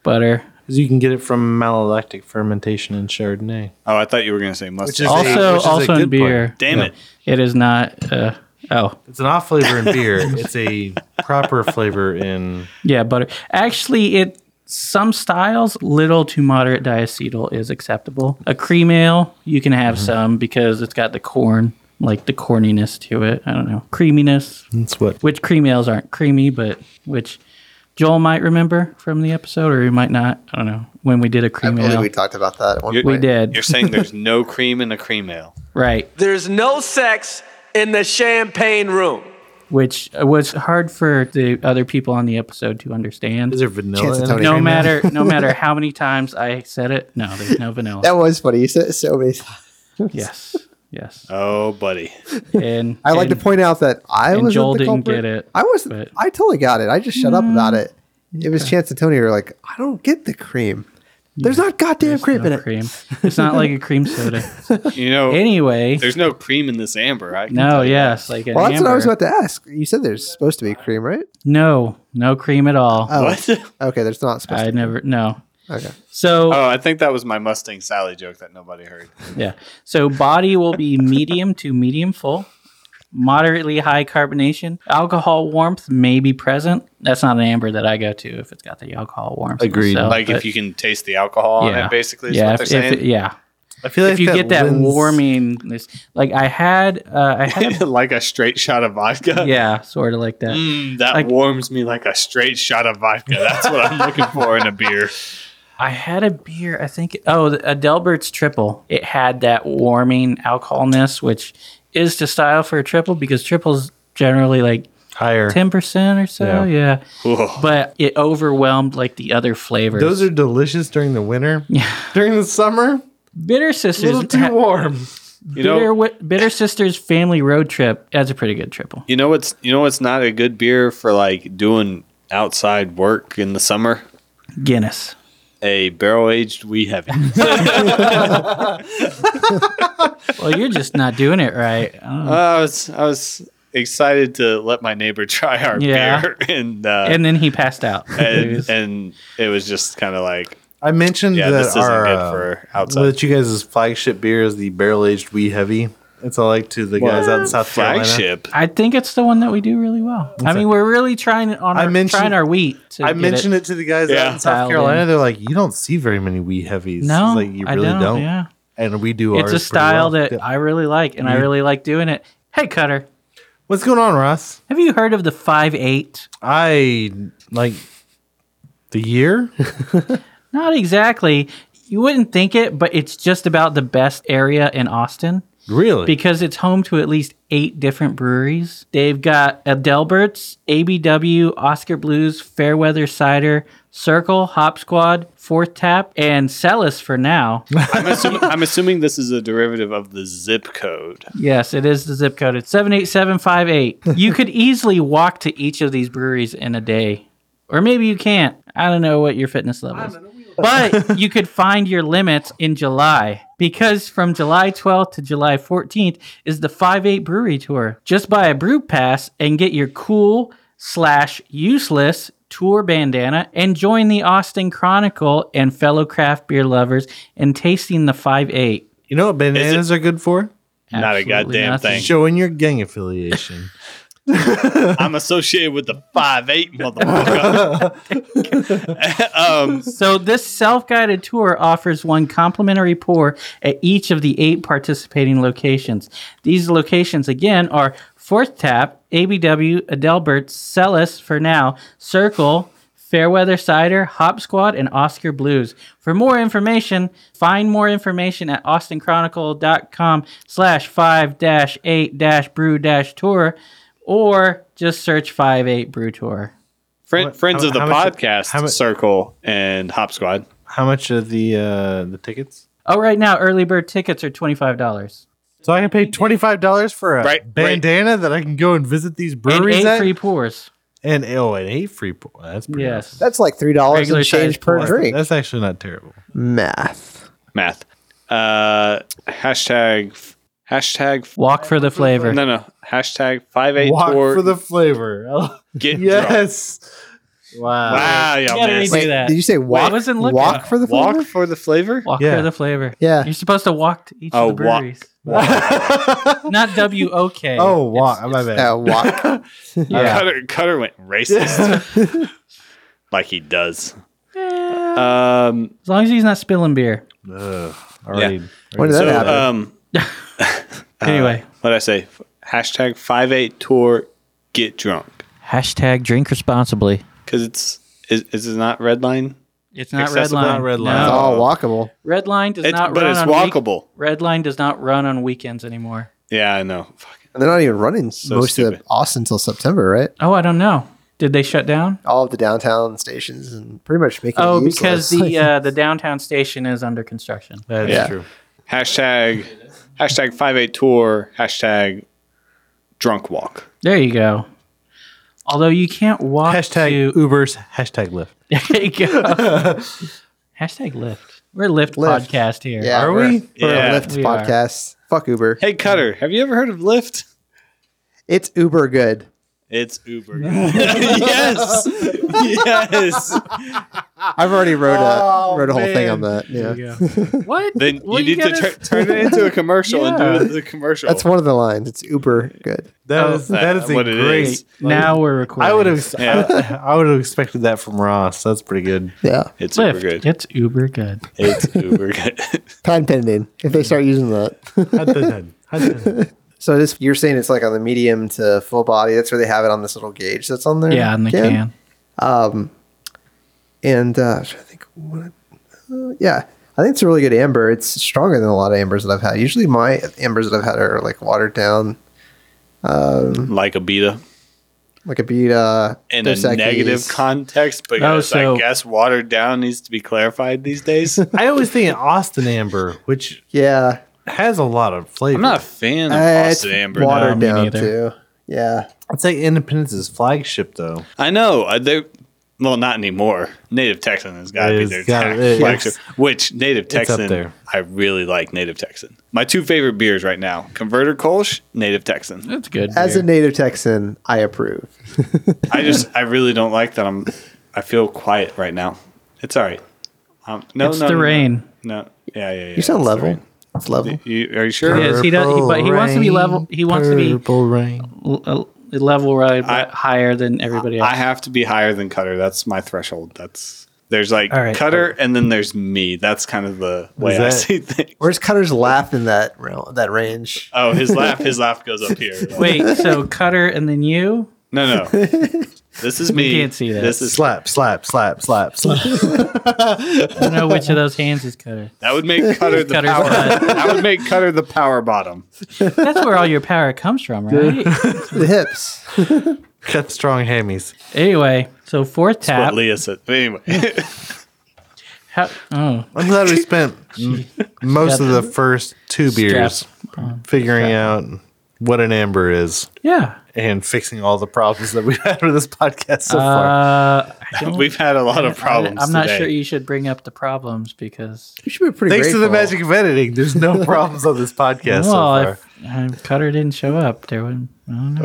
S6: butter.
S8: Because you can get it from malolactic fermentation in Chardonnay.
S4: Oh, I thought you were going to say mustard.
S8: is- Which
S6: Also,
S8: is a
S6: also
S8: good
S6: in beer.
S4: Damn it.
S6: It is not. Uh, oh,
S8: It's an off flavor in beer. it's a proper flavor in.
S6: Yeah, butter. Actually, it some styles little to moderate diacetyl is acceptable. A cream ale you can have some because it's got the corn, like the corniness to it. I don't know creaminess,
S8: That's what.
S6: which cream ales aren't creamy, but which Joel might remember from the episode, or he might not. I don't know when we did a
S7: I
S6: cream
S7: believe
S6: ale.
S7: we talked about that at one
S4: You're-
S6: We
S7: point.
S6: did
S4: You're saying there's no cream in a cream ale.
S6: right,
S10: There's no sex in the champagne room.
S6: which uh, was hard for the other people on the episode to understand.
S8: Is there vanilla?
S7: Chance
S8: in
S7: of
S8: it?
S7: Tony.
S6: no
S7: cream ale?
S6: matter, no matter how many times I said it, no, there's no vanilla.
S7: That was funny. You said it so many.
S6: yes, yes.
S4: Oh, buddy.
S6: and
S7: I like to
S6: and
S7: point out that I
S6: and
S7: was
S6: Joel
S7: the
S6: didn't
S7: culprit.
S6: get it,
S7: I was.
S6: but-
S7: I totally got it. I just shut up about it. It was Chance and Tony were like, I don't get the cream. There's not goddamn cream
S6: no
S7: in it. Oh.
S6: cream. It's not like a cream soda.
S4: You know,
S6: Anyway,
S4: there's no cream in this amber. I can
S6: no,
S4: tell you
S6: yes, like an
S7: Well, that's what I was
S6: amber.
S7: about to ask. You said there's supposed to be cream, right?
S6: No, no cream at all.
S7: Oh,
S4: What?
S7: Okay, there's not supposed
S6: I
S7: to.
S6: never no.
S7: Okay.
S6: So
S4: Oh, I think that was my Mustang Sally joke that nobody heard.
S6: yeah, so body will be medium to medium full. Moderately high carbonation. Alcohol warmth may be present. That's not an amber that I go to if it's got the alcohol warmth.
S8: Agreed.
S4: Like if you can taste the alcohol on it, basically, is
S6: yeah,
S4: what they're
S6: if- if-
S4: saying.
S6: yeah.
S8: I feel like
S6: if you get that
S8: wins-
S6: warming, this like I had, uh, I had,
S4: like a straight shot of vodka.
S6: yeah, sort of like that.
S4: Mm, that
S6: Like-
S4: warms me like a straight shot of vodka. That's what I'm looking for in a beer.
S6: I had a beer. I think oh, the- a Delbert's triple. It had that warming alcoholness, which is to style for a triple because triples generally like
S8: higher.
S6: ten percent or so. Yeah.
S4: Whoa.
S6: but it overwhelmed like the other flavors.
S8: Those are delicious during the winter. Yeah. During the summer,
S6: bitter
S8: a little
S6: sisters.
S8: too warm.
S4: You
S6: bitter,
S4: know,
S6: Wi- bitter sisters family road trip. That's a pretty good triple.
S4: you know what's you know what's not a good beer for like doing outside work in the summer?
S6: Guinness.
S4: A barrel aged wee heavy.
S6: Well, you're just not doing it right. I don't know.
S4: Uh, I was I was excited to let my neighbor try our
S6: Yeah.
S4: beer and uh,
S6: And
S4: and,
S6: then he passed out. It
S4: and
S6: was-
S4: it was just kind of like
S8: I mentioned
S4: Yeah,
S8: that
S4: this isn't
S8: our,
S4: good
S8: uh,
S4: for outside.
S8: That you guys' flagship beer is the barrel aged wee heavy. It's all like to the guys out in South Carolina.
S4: flagship.
S6: I think it's the one that we do really well. I mean, we're really trying it on.
S8: I
S6: Our,
S8: mentioned-
S6: trying our wheat. to
S8: I
S6: get
S8: mentioned it. to the guys out
S4: Yeah.
S8: in South
S6: Dialed
S8: Carolina.
S6: in.
S8: They're like, you don't see very many wee heavies. It's
S6: No,
S8: like, you
S6: I
S8: really
S6: don't,
S8: don't.
S6: yeah.
S8: And we do.
S6: it's a
S8: ours pretty well.
S6: style that I really like, and I really like doing it. Hey, Cutter,
S8: What's going on, Ross?
S6: have you heard of the five eight?
S8: I like the year.
S6: Not exactly. You wouldn't think it, but it's just about the best area in Austin
S8: really?
S6: because it's home to at least eight different breweries. They've got Adelbert's, ABW, Oscar Blues, Fairweather Cider, Circle, Hop Squad, Fourth Tap, and Cellus for now.
S4: I'm, assuming, I'm assuming this is a derivative of the zip code.
S6: Yes, it is the zip code. It's 78758. you could easily walk to each of these breweries in a day Or maybe you can't. I don't know what your fitness level is. But you could find your limits in July because from July 12th to July 14th is the 5-8 brewery tour. Just buy a brew pass and get your cool slash useless tour bandana and join the Austin Chronicle and fellow craft beer lovers in tasting the 5-8.
S8: You know what bananas are good for?
S4: Not a goddamn
S6: nothing.
S4: thing.
S8: Showing your gang affiliation.
S4: I'm associated with the five eight motherfucker. um,
S6: So this self-guided tour offers one complimentary pour at each of the eight participating locations. These locations again are Fourth Tap, ABW, Adelbert, Celis for now, Circle, Fairweather Cider, Hop Squad, and Oscar Blues. For more information, find more information at austinchronicle.com slash 5-8-brew-tour or just search 5-8 Brew Tour.
S4: friend,
S8: What-
S4: friends
S8: how-
S4: of the
S8: how much-
S4: podcast
S8: how much-
S4: circle and Hop Squad.
S8: How much are the uh, the tickets?
S6: Oh, right now, early bird tickets are $25.
S8: So I can pay twenty five dollars for a
S4: Right, right.
S8: bandana that I can go and visit these
S6: and
S8: breweries
S6: eight
S8: at,
S6: free pours.
S8: and oh, and eight free. po- That's pretty
S6: Yes.
S7: That's like three dollars
S6: Regular
S7: and
S6: size
S7: change per
S6: pour.
S8: awesome.
S7: drink.
S8: That's actually not terrible.
S7: Math.
S4: Math. Uh, hashtag hashtag.
S6: Walk for the flavor.
S4: No, no. Hashtag five eight
S8: Walk
S4: tour.
S8: for the flavor. Oh,
S4: get drunk.
S8: yes. Wow.
S4: Wow, y'all
S6: Gotta
S4: missed.
S6: redo that.
S7: Did you say walk?
S6: wasn't looking.
S7: walk for the flavor?
S4: Walk for the flavor.
S6: Walk
S8: Yeah.
S6: for the flavor.
S7: Yeah.
S6: You're supposed to walk to each
S4: Oh,
S6: of the
S4: walk.
S6: breweries. Not W O K.
S8: Oh, walk. My bad.
S7: Yeah, walk.
S4: Cutter, Cutter went racist, like he does. Um,
S6: As long as he's not spilling beer.
S8: Already.
S7: when did that
S4: so,
S7: happen?
S4: um,
S6: Anyway,
S4: what I say? Hashtag five eight tour. Get drunk
S11: Hashtag drink responsibly.
S4: because it's is, is it not red line?
S6: it's not red
S4: accessible.
S6: line.
S8: Not Red Line.
S7: it's
S6: No.
S7: all
S4: Oh.
S7: walkable.
S6: Red line does
S4: It's,
S6: not
S4: but
S6: run
S4: it's
S6: on week-
S4: walkable.
S6: Red line does not run on weekends anymore.
S4: Yeah, I know. Fuck.
S7: And they're not even running most of
S4: stupid.
S7: the Austin until September, right?
S6: Oh, I don't know. Did they shut down?
S7: All of the downtown stations and pretty much making. it
S6: Oh,
S7: useless.
S6: because the uh, the downtown station is under construction.
S8: That's
S4: Yeah.
S8: true.
S4: Hashtag hashtag five eight tour. Hashtag drunk walk.
S6: There you go. Although you can't walk
S8: Hashtag
S6: to
S8: Ubers. Hashtag Lyft.
S6: There you go. Hashtag Lyft. We're Lyft,
S7: Lyft.
S6: podcast here.
S7: yeah,
S8: Are
S7: we're-
S8: we?
S7: We're
S4: Yeah.
S7: a Lyft
S6: uh, We are.
S7: podcast. Fuck Uber.
S4: Hey Cutter, have you ever heard of Lyft?
S7: It's Uber good.
S4: It's Uber. yes, yes.
S7: I've already wrote a
S6: Oh,
S7: wrote a whole thing on that. Yeah,
S6: What?
S4: Then
S6: Well,
S4: you, need
S6: gotta-
S4: to tur- turn it into a commercial and do it as a commercial.
S7: that's one of the lines. It's Uber good.
S8: That
S6: Oh,
S8: is that is a
S4: what it
S8: great.
S4: is.
S6: Now we're recording.
S8: I would have.
S4: Yeah.
S8: I would have expected that from Ross. That's pretty good.
S7: Yeah,
S4: It's
S6: Lyft.
S4: Uber good.
S6: It's uber good.
S4: It's Uber good.
S7: time pending if they start using that.
S8: Hot done. Hot done.
S7: so this you're saying it's like on the medium to full body. That's where they have it on this little gauge that's on there.
S6: Yeah, and they can.
S7: And uh, I think what? uh, yeah, I think it's a really good amber. It's stronger than a lot of ambers that I've had. Usually my ambers that I've had are like watered down,
S4: like a beta
S7: like a beta
S4: in
S7: Dos
S4: a
S7: Equis.
S4: negative context, but
S6: Oh,
S4: yes,
S6: so-
S4: I guess watered down needs to be clarified these days. I'm
S8: I always think of Austin Amber, which
S7: yeah,
S8: has a lot of flavor.
S4: not a fan of
S7: Uh,
S4: Austin Amber. though.
S7: watered
S6: me
S7: down
S6: neither.
S7: too. Yeah,
S8: I'd say Independence's flagship, though.
S4: I know. uh, They well, not anymore. Native Texan has got to be
S8: It's
S4: their
S8: gotta-
S4: tax
S8: it-
S4: flagship, Which Native
S8: up
S4: Texan,
S8: there.
S4: I really like Native Texan. My two favorite beers right now: Converter Kolsch, Native Texan.
S6: That's good.
S7: as a native Texan, I approve.
S4: I just, I really don't like that. I'm, I feel quiet right now. It's all right. Um, no,
S6: it's
S4: no,
S6: the
S4: no,
S6: rain.
S4: No, yeah, yeah. yeah
S7: You sound
S4: it's the
S7: level.
S4: rain.
S7: It's level.
S4: You, are you sure?
S6: Yes, he does. He, but he wants to be level. He wants to be
S8: Purple rain.
S6: l- l- level right
S4: I-
S6: higher than everybody else.
S4: I have to be higher than Cutter. That's my threshold. That's there's like
S6: All right.
S4: Cutter, and then there's me. That's kind of the way I
S8: that-
S4: see things.
S7: Where's Cutter's laugh in that realm, that range?
S4: Oh, his laugh, his laugh goes up here.
S6: Wait, so Cutter and then you?
S4: No, no. This is me.
S6: You can't see that.
S4: This is
S8: Slap, slap, slap, slap, slap.
S6: I don't know which of those hands is Cutter.
S4: that would make Cutter the
S6: Cutter's
S4: power.
S6: butt.
S4: that would make Cutter the power bottom.
S6: That's where all your power comes from, right?
S7: The hips.
S8: Cut strong hammies.
S6: anyway, so fourth tap.
S4: What Leah said. But anyway,
S6: How, oh,
S8: I'm glad we spent m- most of the first two beers
S6: Strap.
S8: figuring out what an amber is
S6: yeah.
S8: and fixing all the problems that we've had with this podcast so
S6: Uh, I
S8: far.
S6: don't- I- I- I'm not sure you should bring up the problems because
S8: You should be
S6: pretty
S8: Thanks to the
S6: grateful.
S8: magic of editing, there's no problems on this podcast so
S6: well,
S8: far.
S6: if, if uh, Cutter didn't show up, there would I don't know.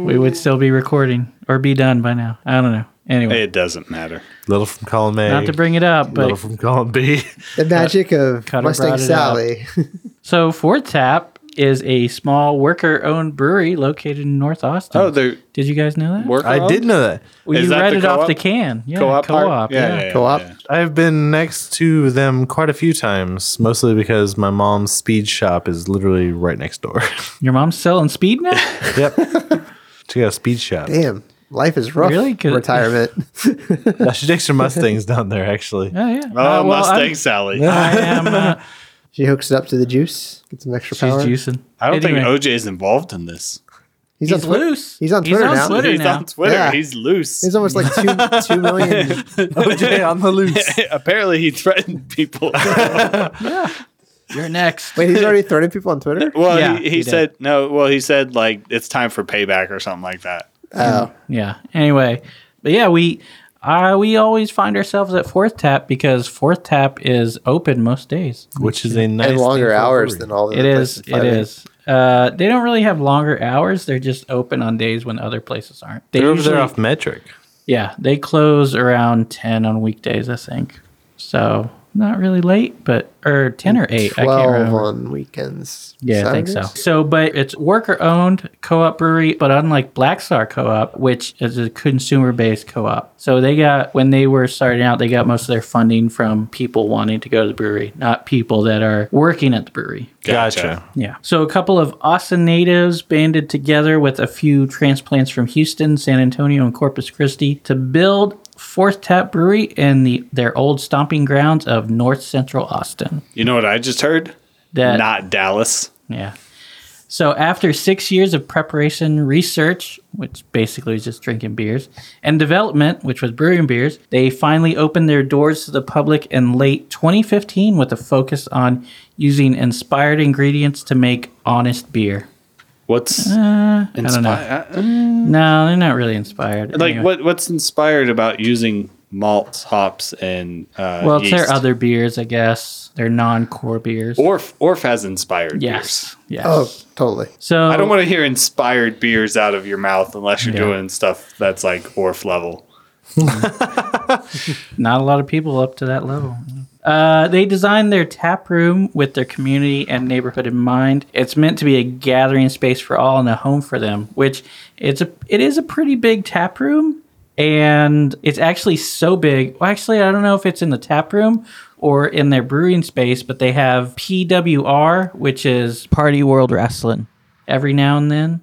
S4: Oh.
S6: we would still be recording or be done by now. I don't know. Anyway,
S4: it doesn't matter.
S8: Little from column A,
S6: Not to bring it up, but
S8: little from column B.
S7: The magic of
S6: Cutter
S7: Mustang
S6: brought it
S7: Sally.
S6: up. so Ford Tap is a small worker-owned brewery located in North Austin.
S4: Oh, they're
S6: did you guys know that?
S8: I did know that.
S6: Well, you read it off the can. Yeah, co-op. yeah.
S8: co-op. I've been next to them quite a few times, mostly because my mom's speed shop is literally right next door.
S6: Your mom's selling speed now.
S8: yep, she got a speed shop.
S7: Damn, life is rough.
S6: Really? 'Cause-
S7: Retirement.
S8: Now, she takes her Mustangs down there actually.
S6: Oh yeah.
S7: Oh, Mustang
S4: Sally.
S7: I
S6: am. uh,
S7: she hooks it up to the juice. Get some extra power.
S4: I don't think OJ is involved in this.
S7: He's, on
S4: He's
S7: Twitter.
S6: loose.
S7: He's on
S4: He's
S7: Twitter
S4: on
S7: now.
S4: Twitter He's now. on Twitter. He's loose.
S7: He's almost like two two million.
S8: OJ on the loose.
S4: Apparently, he threatened people.
S6: You're next.
S7: Wait, he's already threatening people on Twitter.
S4: Well, he, he, said no. Well, he said like it's time for payback or something like that.
S7: Oh.
S6: Yeah. Anyway, but yeah, we uh, we always find ourselves at Fourth Tap because Fourth Tap is open most days,
S8: Which is a nice
S7: And longer thing for a hours brewery. than all the
S6: It
S7: other
S6: is.
S7: places
S6: It
S7: I've
S6: is. Uh, they don't really have longer hours. They're just open on days when other places aren't. They
S8: They're over
S6: usually,
S8: there off metric.
S6: yeah, they close around ten on weekdays, I think. So not really late, but or ten or eight. I can't
S7: Twelve
S6: remember.
S7: on weekends.
S6: Yeah, I think so.
S7: Saturdays?
S6: So, but it's worker owned co op brewery, but unlike Black Star Co op, which is a consumer based co op. So, they got, when they were starting out, they got most of their funding from people wanting to go to the brewery, not people that are working at the brewery.
S8: Gotcha.
S6: Yeah. So a couple of Austin natives banded together with a few transplants from Houston, San Antonio, and Corpus Christi to build Fourth Tap Brewery in the their old stomping grounds of North Central Austin.
S4: You know what I just heard?
S6: That-
S4: not Dallas.
S6: Yeah. So after six years of preparation, research, which basically is just drinking beers, and development, which was brewing beers, they finally opened their doors to the public in late 2015 with a focus on using inspired ingredients to make honest beer.
S4: What's
S6: Uh, I don't know.
S4: Inspi- uh,
S6: No, they're not really inspired.
S4: like
S6: Anyway.
S4: what? What's inspired about using malts, hops, and uh,
S6: Well, it's
S4: yeast?
S6: their other beers, I guess. They're non-core beers.
S4: Orf Orf has inspired.
S6: Yes. Yes.
S7: Oh, totally.
S6: So
S4: I don't want to hear inspired beers out of your mouth unless you're
S6: Yeah.
S4: doing stuff that's like Orf level.
S6: not a lot of people up to that level. Uh, they designed their tap room with their community and neighborhood in mind. It's meant to be a gathering space for all and a home for them, which it's a it is a pretty big tap room, and it's actually so big. Well, actually, I don't know if it's in the tap room or in their brewing space, but they have PWR, which is
S11: Party World Wrestling.
S6: every now and then.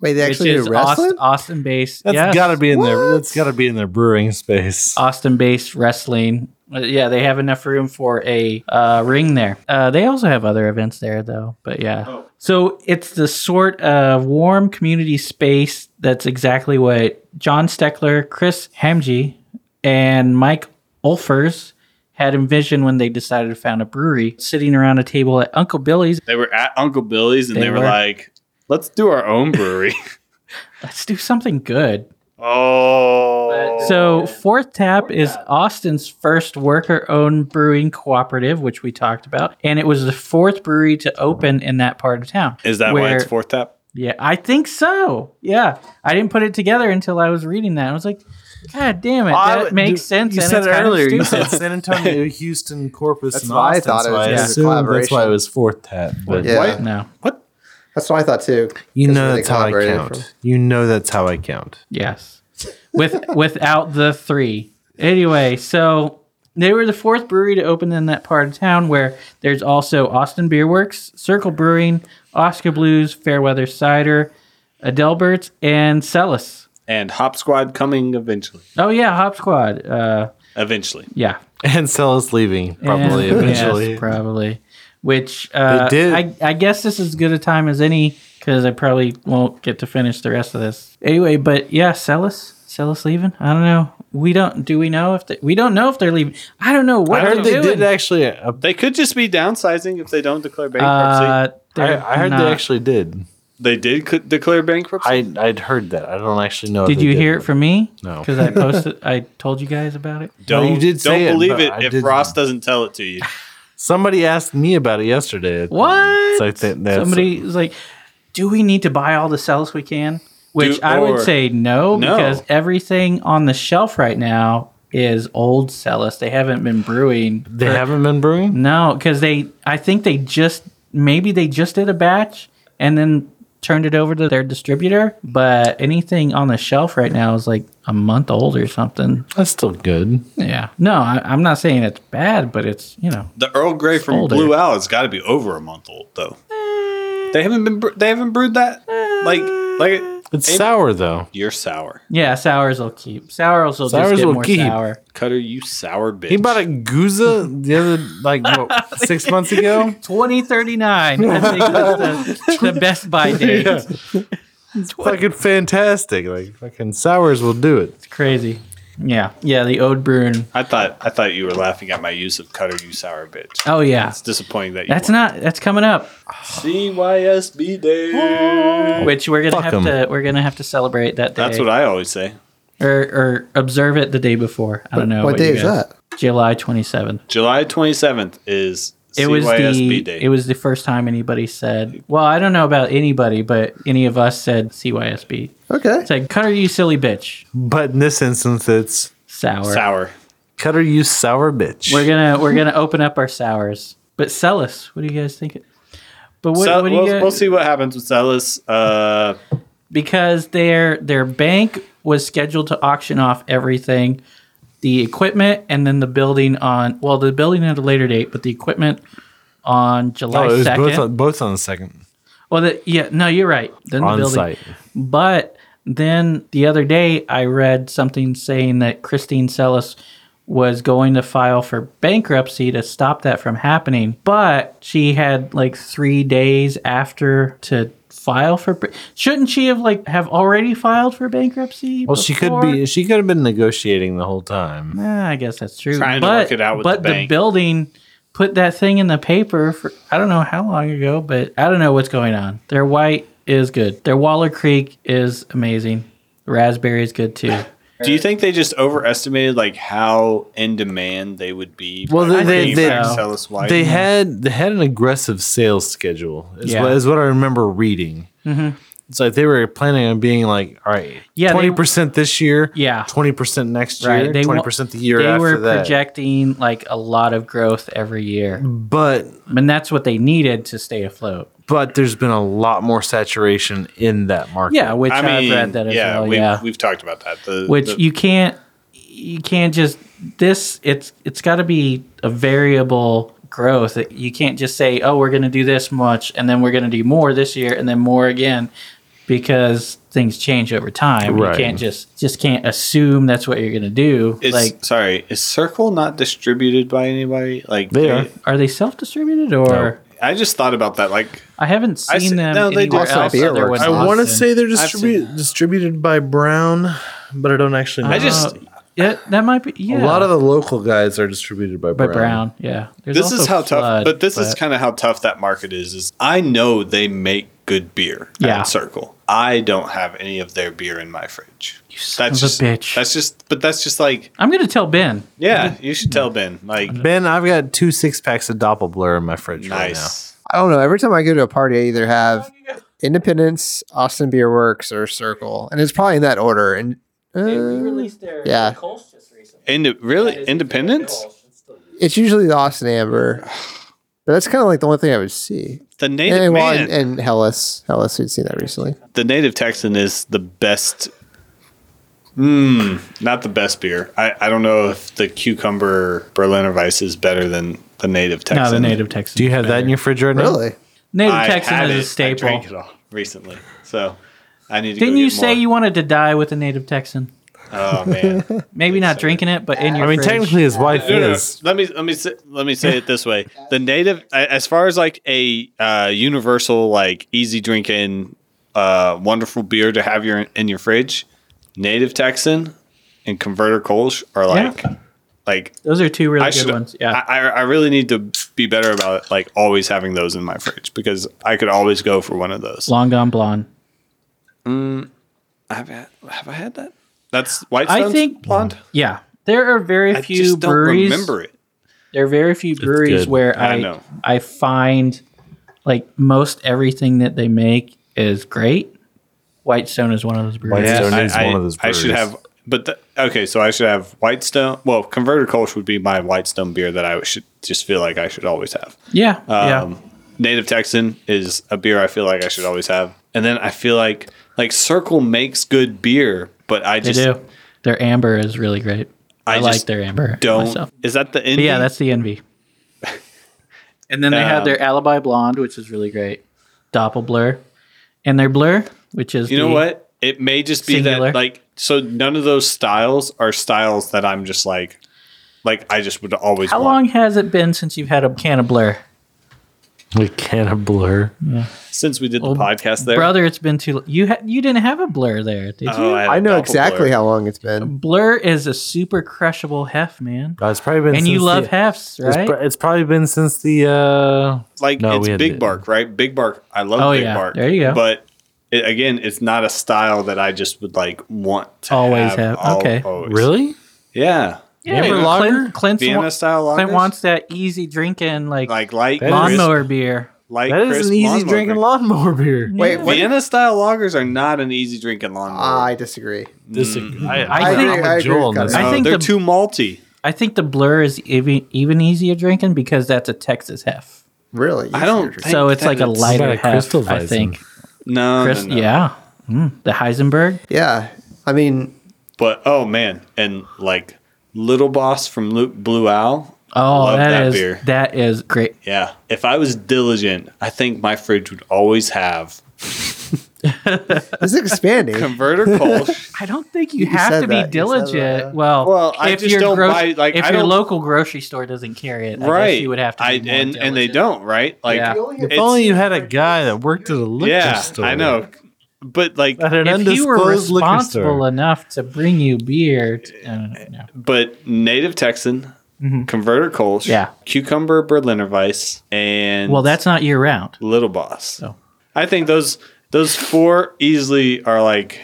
S7: Wait, they actually do wrestling?
S6: Austin based.
S8: That's gotta be in there. That's gotta be in their brewing space.
S6: Austin based wrestling. Uh, Yeah, they have enough room for a uh, ring there. Uh, they also have other events there, though. But yeah. So it's the sort of warm community space that's exactly what John Steckler, Chris Hamji, and Mike Ulfers had envisioned when they decided to found a brewery, sitting around a table at Uncle Billy's.
S4: They were at Uncle Billy's and they,
S6: They
S4: were,
S6: were.
S4: like, "Let's do our own brewery."
S6: Let's do something good.
S4: oh,
S6: So Fourth Tap is Austin's first worker-owned brewing cooperative, which we talked about, and it was the fourth brewery to open in that part of town.
S4: is that why
S6: where-
S4: it's fourth tap?
S6: Yeah, I think so. Yeah, I didn't put it together until I was reading that. I was like, God damn it, that makes sense.
S8: You
S6: and
S8: said
S6: it's
S8: it
S6: kind of
S8: earlier. You
S6: stupid.
S8: said San Antonio, Houston, Corpus,
S7: That's
S8: and
S7: what I
S8: Austin.
S7: thought it
S8: so
S7: was.
S8: I
S7: Yeah.
S8: assumed That's why it
S7: Collaboration.
S8: was fourth tap. But
S7: Yeah.
S8: Why-
S6: No.
S7: That's what I thought too.
S8: You
S7: That's
S8: know
S7: where they
S8: that's how I
S7: collaborated
S8: count.
S7: from.
S8: You know that's how I count.
S6: Yes. With without the three. Anyway, so they were the fourth brewery to open in that part of town where there's also Austin Beer Works, Circle Brewing, Oscar Blues, Fairweather Cider, Adelbert's, and Cellus.
S4: and Hop Squad coming eventually.
S6: Oh yeah, Hop Squad. Uh,
S4: Eventually,
S6: yeah.
S8: And Cella's leaving probably
S6: And-
S8: eventually.
S6: yes, probably. Which uh,
S8: They did.
S6: I, I guess this is as good a time as any because I probably won't get to finish the rest of this anyway. But yeah, Celis, Celis leaving. I don't know. We don't. Do we know if they, we don't know if they're leaving? I don't know what
S8: I heard
S6: they're
S8: they
S6: doing.
S8: did actually. uh,
S4: they could just be downsizing if they don't declare bankruptcy.
S6: Uh,
S8: I,
S6: they're
S8: I heard
S6: not-
S8: they actually did.
S4: They did c- declare bankruptcy.
S8: I I'd heard that. I don't actually know. if
S6: Did
S8: they
S6: you hear it from me?
S8: No.
S6: because I posted. I told you guys about it.
S4: Don't
S8: you did
S4: don't
S8: say it,
S4: believe
S8: but
S4: it
S8: I
S4: if
S8: didn't.
S4: Ross doesn't tell it to you.
S8: Somebody asked me about it yesterday.
S6: What?
S8: So I think that's
S6: Somebody was like, "Do we need to buy all the cells we can?" Which
S8: Do-
S6: I would
S8: or-
S6: say no,
S8: No.
S6: because everything on the shelf right now is old cellus. They haven't been brewing.
S8: They haven't been brewing.
S6: No, because they. I think they just maybe they just did a batch and then turned it over to their distributor. But anything on the shelf right now is like a month old or something.
S8: That's still good.
S6: Yeah. No, I, I'm not saying it's bad, but it's you know
S4: The Earl Grey from
S6: older.
S4: Blue Owl has got to be over a month old though.
S8: Eh.
S4: They haven't been. bre- They haven't brewed that. Like like
S8: It's sour though.
S4: You're sour.
S6: Yeah, sours will keep. Sours will
S8: Sours
S6: just get
S8: will
S6: more
S8: keep.
S6: sour.
S4: Cutter, you sour bitch.
S8: He bought a Guza the other like what, six months ago.
S6: 2039. I think that's the, the best buy date.
S8: Yeah. It's fucking fantastic. Like fucking sours will do it. It's
S6: crazy. Yeah. Yeah, the Ode Bruin.
S4: I thought I thought you were laughing at my use of Cutter, you sour bitch.
S6: Oh, yeah.
S4: it's disappointing that you.
S6: That's not that's coming up.
S4: CYSB day.
S6: Which we're gonna
S4: Fuck
S6: have
S4: 'em.
S6: to we're gonna have to celebrate that day.
S4: That's what I always say.
S6: or, or observe it the day before. I don't know.
S4: What day
S6: you
S4: is
S6: that? July twenty seventh.
S4: July 27th is
S6: It
S4: CYSB
S6: was the
S4: day.
S6: it was the first time anybody said. Well, I don't know about anybody, but any of us said CYSB.
S7: Okay.
S6: It's like Cutter, you silly bitch.
S8: But in this instance, it's
S6: sour.
S4: Sour.
S8: Cutter, you sour bitch.
S6: We're gonna we're gonna open up our sours. But sell us. What do you guys think? But what,
S4: Sell-
S6: what do
S4: we'll,
S6: you guys,
S4: we'll see what happens with Celis. Uh,
S6: because their their bank was scheduled to auction off everything, the equipment and then the building on well the building at a later date, but the equipment on July
S8: Oh, it was
S6: second.
S8: both on, both on the second.
S6: Well, the, yeah, no, you're right. Then the
S8: On
S6: building.
S8: site.
S6: But then the other day, I read something saying that Christine Celis was going to file for bankruptcy to stop that from happening. But she had like three days after to file for. ba- Shouldn't she have like have already filed for bankruptcy?
S8: Well, she could
S6: before?
S8: be. She could have been negotiating the whole time.
S6: Nah, Eh, I guess that's true.
S8: Trying to
S6: but,
S8: work it out with
S6: but
S8: the bank.
S6: building put that thing in the paper for I don't know how long ago, but I don't know what's going on. Their white is good. Their Waller Creek is amazing. Raspberry is good too.
S4: do you think they just overestimated like how in demand they would be?
S8: Well,
S4: by
S8: they they,
S4: bringing
S8: they,
S4: back Celis White?
S8: they had they had an aggressive sales schedule. Is,
S4: Yeah.
S8: what, is what I remember reading.
S6: Mhm.
S8: It's like they were planning on being like, all right,
S6: Yeah, they-
S8: twenty percent this year,
S6: yeah,
S8: twenty percent next year,
S6: Right? They wa-
S8: twenty percent the year
S6: They
S8: after
S6: were
S8: that.
S6: projecting like a lot of growth every year,
S8: but
S6: and that's what they needed to stay afloat.
S8: but there's been a lot more saturation in that market.
S6: Yeah, which I have read that as
S4: yeah,
S6: well.
S4: We've,
S6: yeah,
S4: we've talked about that. The,
S6: which
S4: the-
S6: you can't you can't just this it's it's got to be a variable growth It- you can't just say oh we're going to do this much and then we're going to do more this year and then more again because things change over time
S4: Right.
S6: you can't just just can't assume that's what you're going to do
S4: is,
S6: like
S4: sorry, is Circle not distributed by anybody? Like
S6: They are. Are they self-distributed or
S4: I just thought about that. Like
S6: i haven't seen
S4: I see-
S6: them
S4: no, they
S6: anywhere
S4: do. Also,
S6: else
S4: Beer
S6: other
S4: Works
S6: than
S4: does.
S8: I want to
S6: Austin.
S8: say they're
S6: I've seen-
S8: distribu- distributed by Brown, but I don't actually know.
S6: I just- yeah that might be
S8: a
S6: yeah
S8: lot of the local guys are distributed by
S6: by
S8: Brown.
S6: brown yeah There's
S4: this is
S6: also
S4: how
S6: Flood,
S4: tough, but this is
S6: but-
S4: kind of how tough that market is. Is I know they make good beer.
S6: Yeah.
S4: At Circle. I don't have any of their beer in my fridge. You
S6: of a
S4: just,
S6: bitch. Mm-hmm.
S4: That's just, but that's just like,
S6: i'm going to tell ben
S4: yeah, you should tell Ben. Like,
S8: Ben, I've got two six packs of Doppelblur in my fridge
S4: nice.
S7: I don't know. Every time I go to a party, I either have Independence, Austin Beer Works, or Circle, and it's probably in that order. And uh, yeah,
S4: Indi- really Independence.
S7: it's usually the Austin Amber, but that's kind of like the only thing I would see.
S4: The native
S7: and, well,
S4: man.
S7: and, and Hellas, Hellas, we'd seen that recently.
S4: The native Texan is the best. Mm, not the best beer. I, I don't know if the cucumber Berliner Weiss is better than the native Texan.
S6: No, the native Texan.
S8: Do you have that in your fridge right now?
S7: Really?
S6: Native
S4: I
S6: Texan
S4: had
S6: is a
S4: it.
S6: staple.
S4: I drank it all recently, so I need to.
S6: Didn't
S4: go
S6: you
S4: get
S6: say
S4: more.
S6: you wanted to die with a native Texan?
S4: Oh man.
S6: Maybe not drinking it, but in your.
S8: I mean,
S6: fridge.
S8: technically, his wife
S4: No, no, no.
S8: is.
S4: Let me let me say, let me say it this way: the native, a- as far as like a uh, universal, like easy drinking, uh, wonderful beer to have your in your fridge, native Texan and converter Kolsch are like Like
S6: Those are two really
S4: I
S6: good
S4: should-
S6: ones. Yeah.
S4: I, I- I really need to be better about it, like always having those in my fridge because I could always go for one of those.
S6: Long Gone Blonde.
S4: Mm, I've had, have I had that? That's White
S6: I
S4: Stones
S6: think-
S4: blonde.
S6: Yeah. There are very
S4: I
S6: few
S4: just don't
S6: breweries.
S4: remember it.
S6: There are very few breweries
S4: good.
S6: where
S4: I
S6: I
S4: know.
S6: I find like most everything that they make is great. Whitestone is one of those breweries.
S4: I- I, I should have, but th- okay, so I should have Whitestone. Well, Converted Kolsch would be my Whitestone beer that I should just feel like I should always have.
S6: Yeah. yeah.
S4: Um, Native Texan is a beer I feel like I should always have. And then I feel like like Circle makes good beer, but I
S6: They
S4: just
S6: do. Their amber is really great. I, like
S4: just
S6: their amber.
S4: Don't
S6: myself.
S4: is that the
S6: But
S4: envy?
S6: Yeah, that's the envy. and then they
S4: Um,
S6: have their alibi blonde, which is really great. Doppelblur, and their blur, which is
S4: You know
S6: the-
S4: what? It may just be
S6: Singular.
S4: that like so none of those styles are styles that I'm just like like I just would always
S6: How
S4: want.
S6: long has it been since you've had a can of blur?
S2: We can't have blur.
S4: Since we did the podcast there.
S6: Brother, it's been too. You ha- you didn't have a blur there, did you?
S4: Oh, I had a
S7: I know
S4: double
S7: exactly
S4: blur.
S7: how long it's been.
S6: blur is a super crushable hef, man.
S2: Uh, It's probably been
S6: And you
S2: since
S6: love
S2: the-
S6: hefts,
S2: it's
S6: right?
S2: pr- It's, probably been since the uh
S4: like
S2: no, we
S4: it's
S2: had
S4: Big
S2: the-
S4: Bark, right? Big Bark. I love
S6: Oh,
S4: Big
S6: yeah.
S4: Bark.
S6: There you go.
S4: But it, again, it's not a style that I just would like want to
S6: Always have-
S4: al-
S6: okay.
S4: always.
S2: Really?
S4: Yeah.
S6: Yeah,
S2: Amber
S6: Clint-
S2: lager?
S6: Clint's
S4: Vienna
S6: wa-
S4: style lagers?
S6: Clint wants that easy drinking, like,
S4: Like light
S6: lawnmower beer.
S4: Like
S2: That is an easy drinking lawnmower beer.
S7: Wait, what?
S4: Vienna style lagers are not an easy drinking lawnmower.
S7: I disagree.
S2: This I,
S6: I think-
S2: I'm with
S7: I agree
S2: Joel
S7: with
S2: on this.
S7: Connor.
S6: I
S4: No,
S6: think
S4: they're
S6: the-
S4: too malty.
S6: I think the blur is even even easier drinking because that's a Texas hef.
S7: Really?
S4: I don't. Think
S6: So it's
S4: that
S6: like a
S4: it's-
S6: lighter
S2: What about a
S6: hef,
S2: Crystal
S6: I
S2: Weizen?
S6: think.
S4: No,
S6: Chris,
S4: Oh, no, no.
S6: yeah. Mm, the Heisenberg.
S7: Yeah. I mean,
S4: But oh man, and like Little Boss from Lu- Blue Owl.
S6: Oh,
S4: Love
S6: that
S4: that
S6: is
S4: beer.
S6: that is great.
S4: Yeah. If I was diligent, I think my fridge would always have
S7: it's expanding.
S4: converter Kolsch.
S6: I don't think you,
S7: You
S6: have
S7: said
S6: to be
S7: that. You said that,
S6: diligent.
S7: yeah.
S6: Well,
S4: Well, I
S6: if
S4: just
S6: your
S4: don't
S6: gro-
S4: buy- like,
S6: if
S4: I
S6: your
S4: don't-
S6: local grocery store doesn't carry it, I
S4: right.
S6: guess you would have to. Be
S4: I,
S6: more
S4: and and they
S6: diligent.
S4: don't, right? Like
S6: Yeah.
S2: If
S4: it's-
S2: only you had a guy that worked at a liquor
S4: yeah,
S2: store.
S4: I know. But like
S2: At an
S6: If you were
S2: undisclosed liquor
S6: responsible
S2: store.
S6: enough to bring you beer, t- I don't know.
S4: but native Texan, converter Kolsch,
S6: Mm-hmm. Yeah.
S4: cucumber Berliner Weiss, and
S6: well, that's not year round.
S4: Little Boss.
S6: Oh.
S4: I think those those four easily are like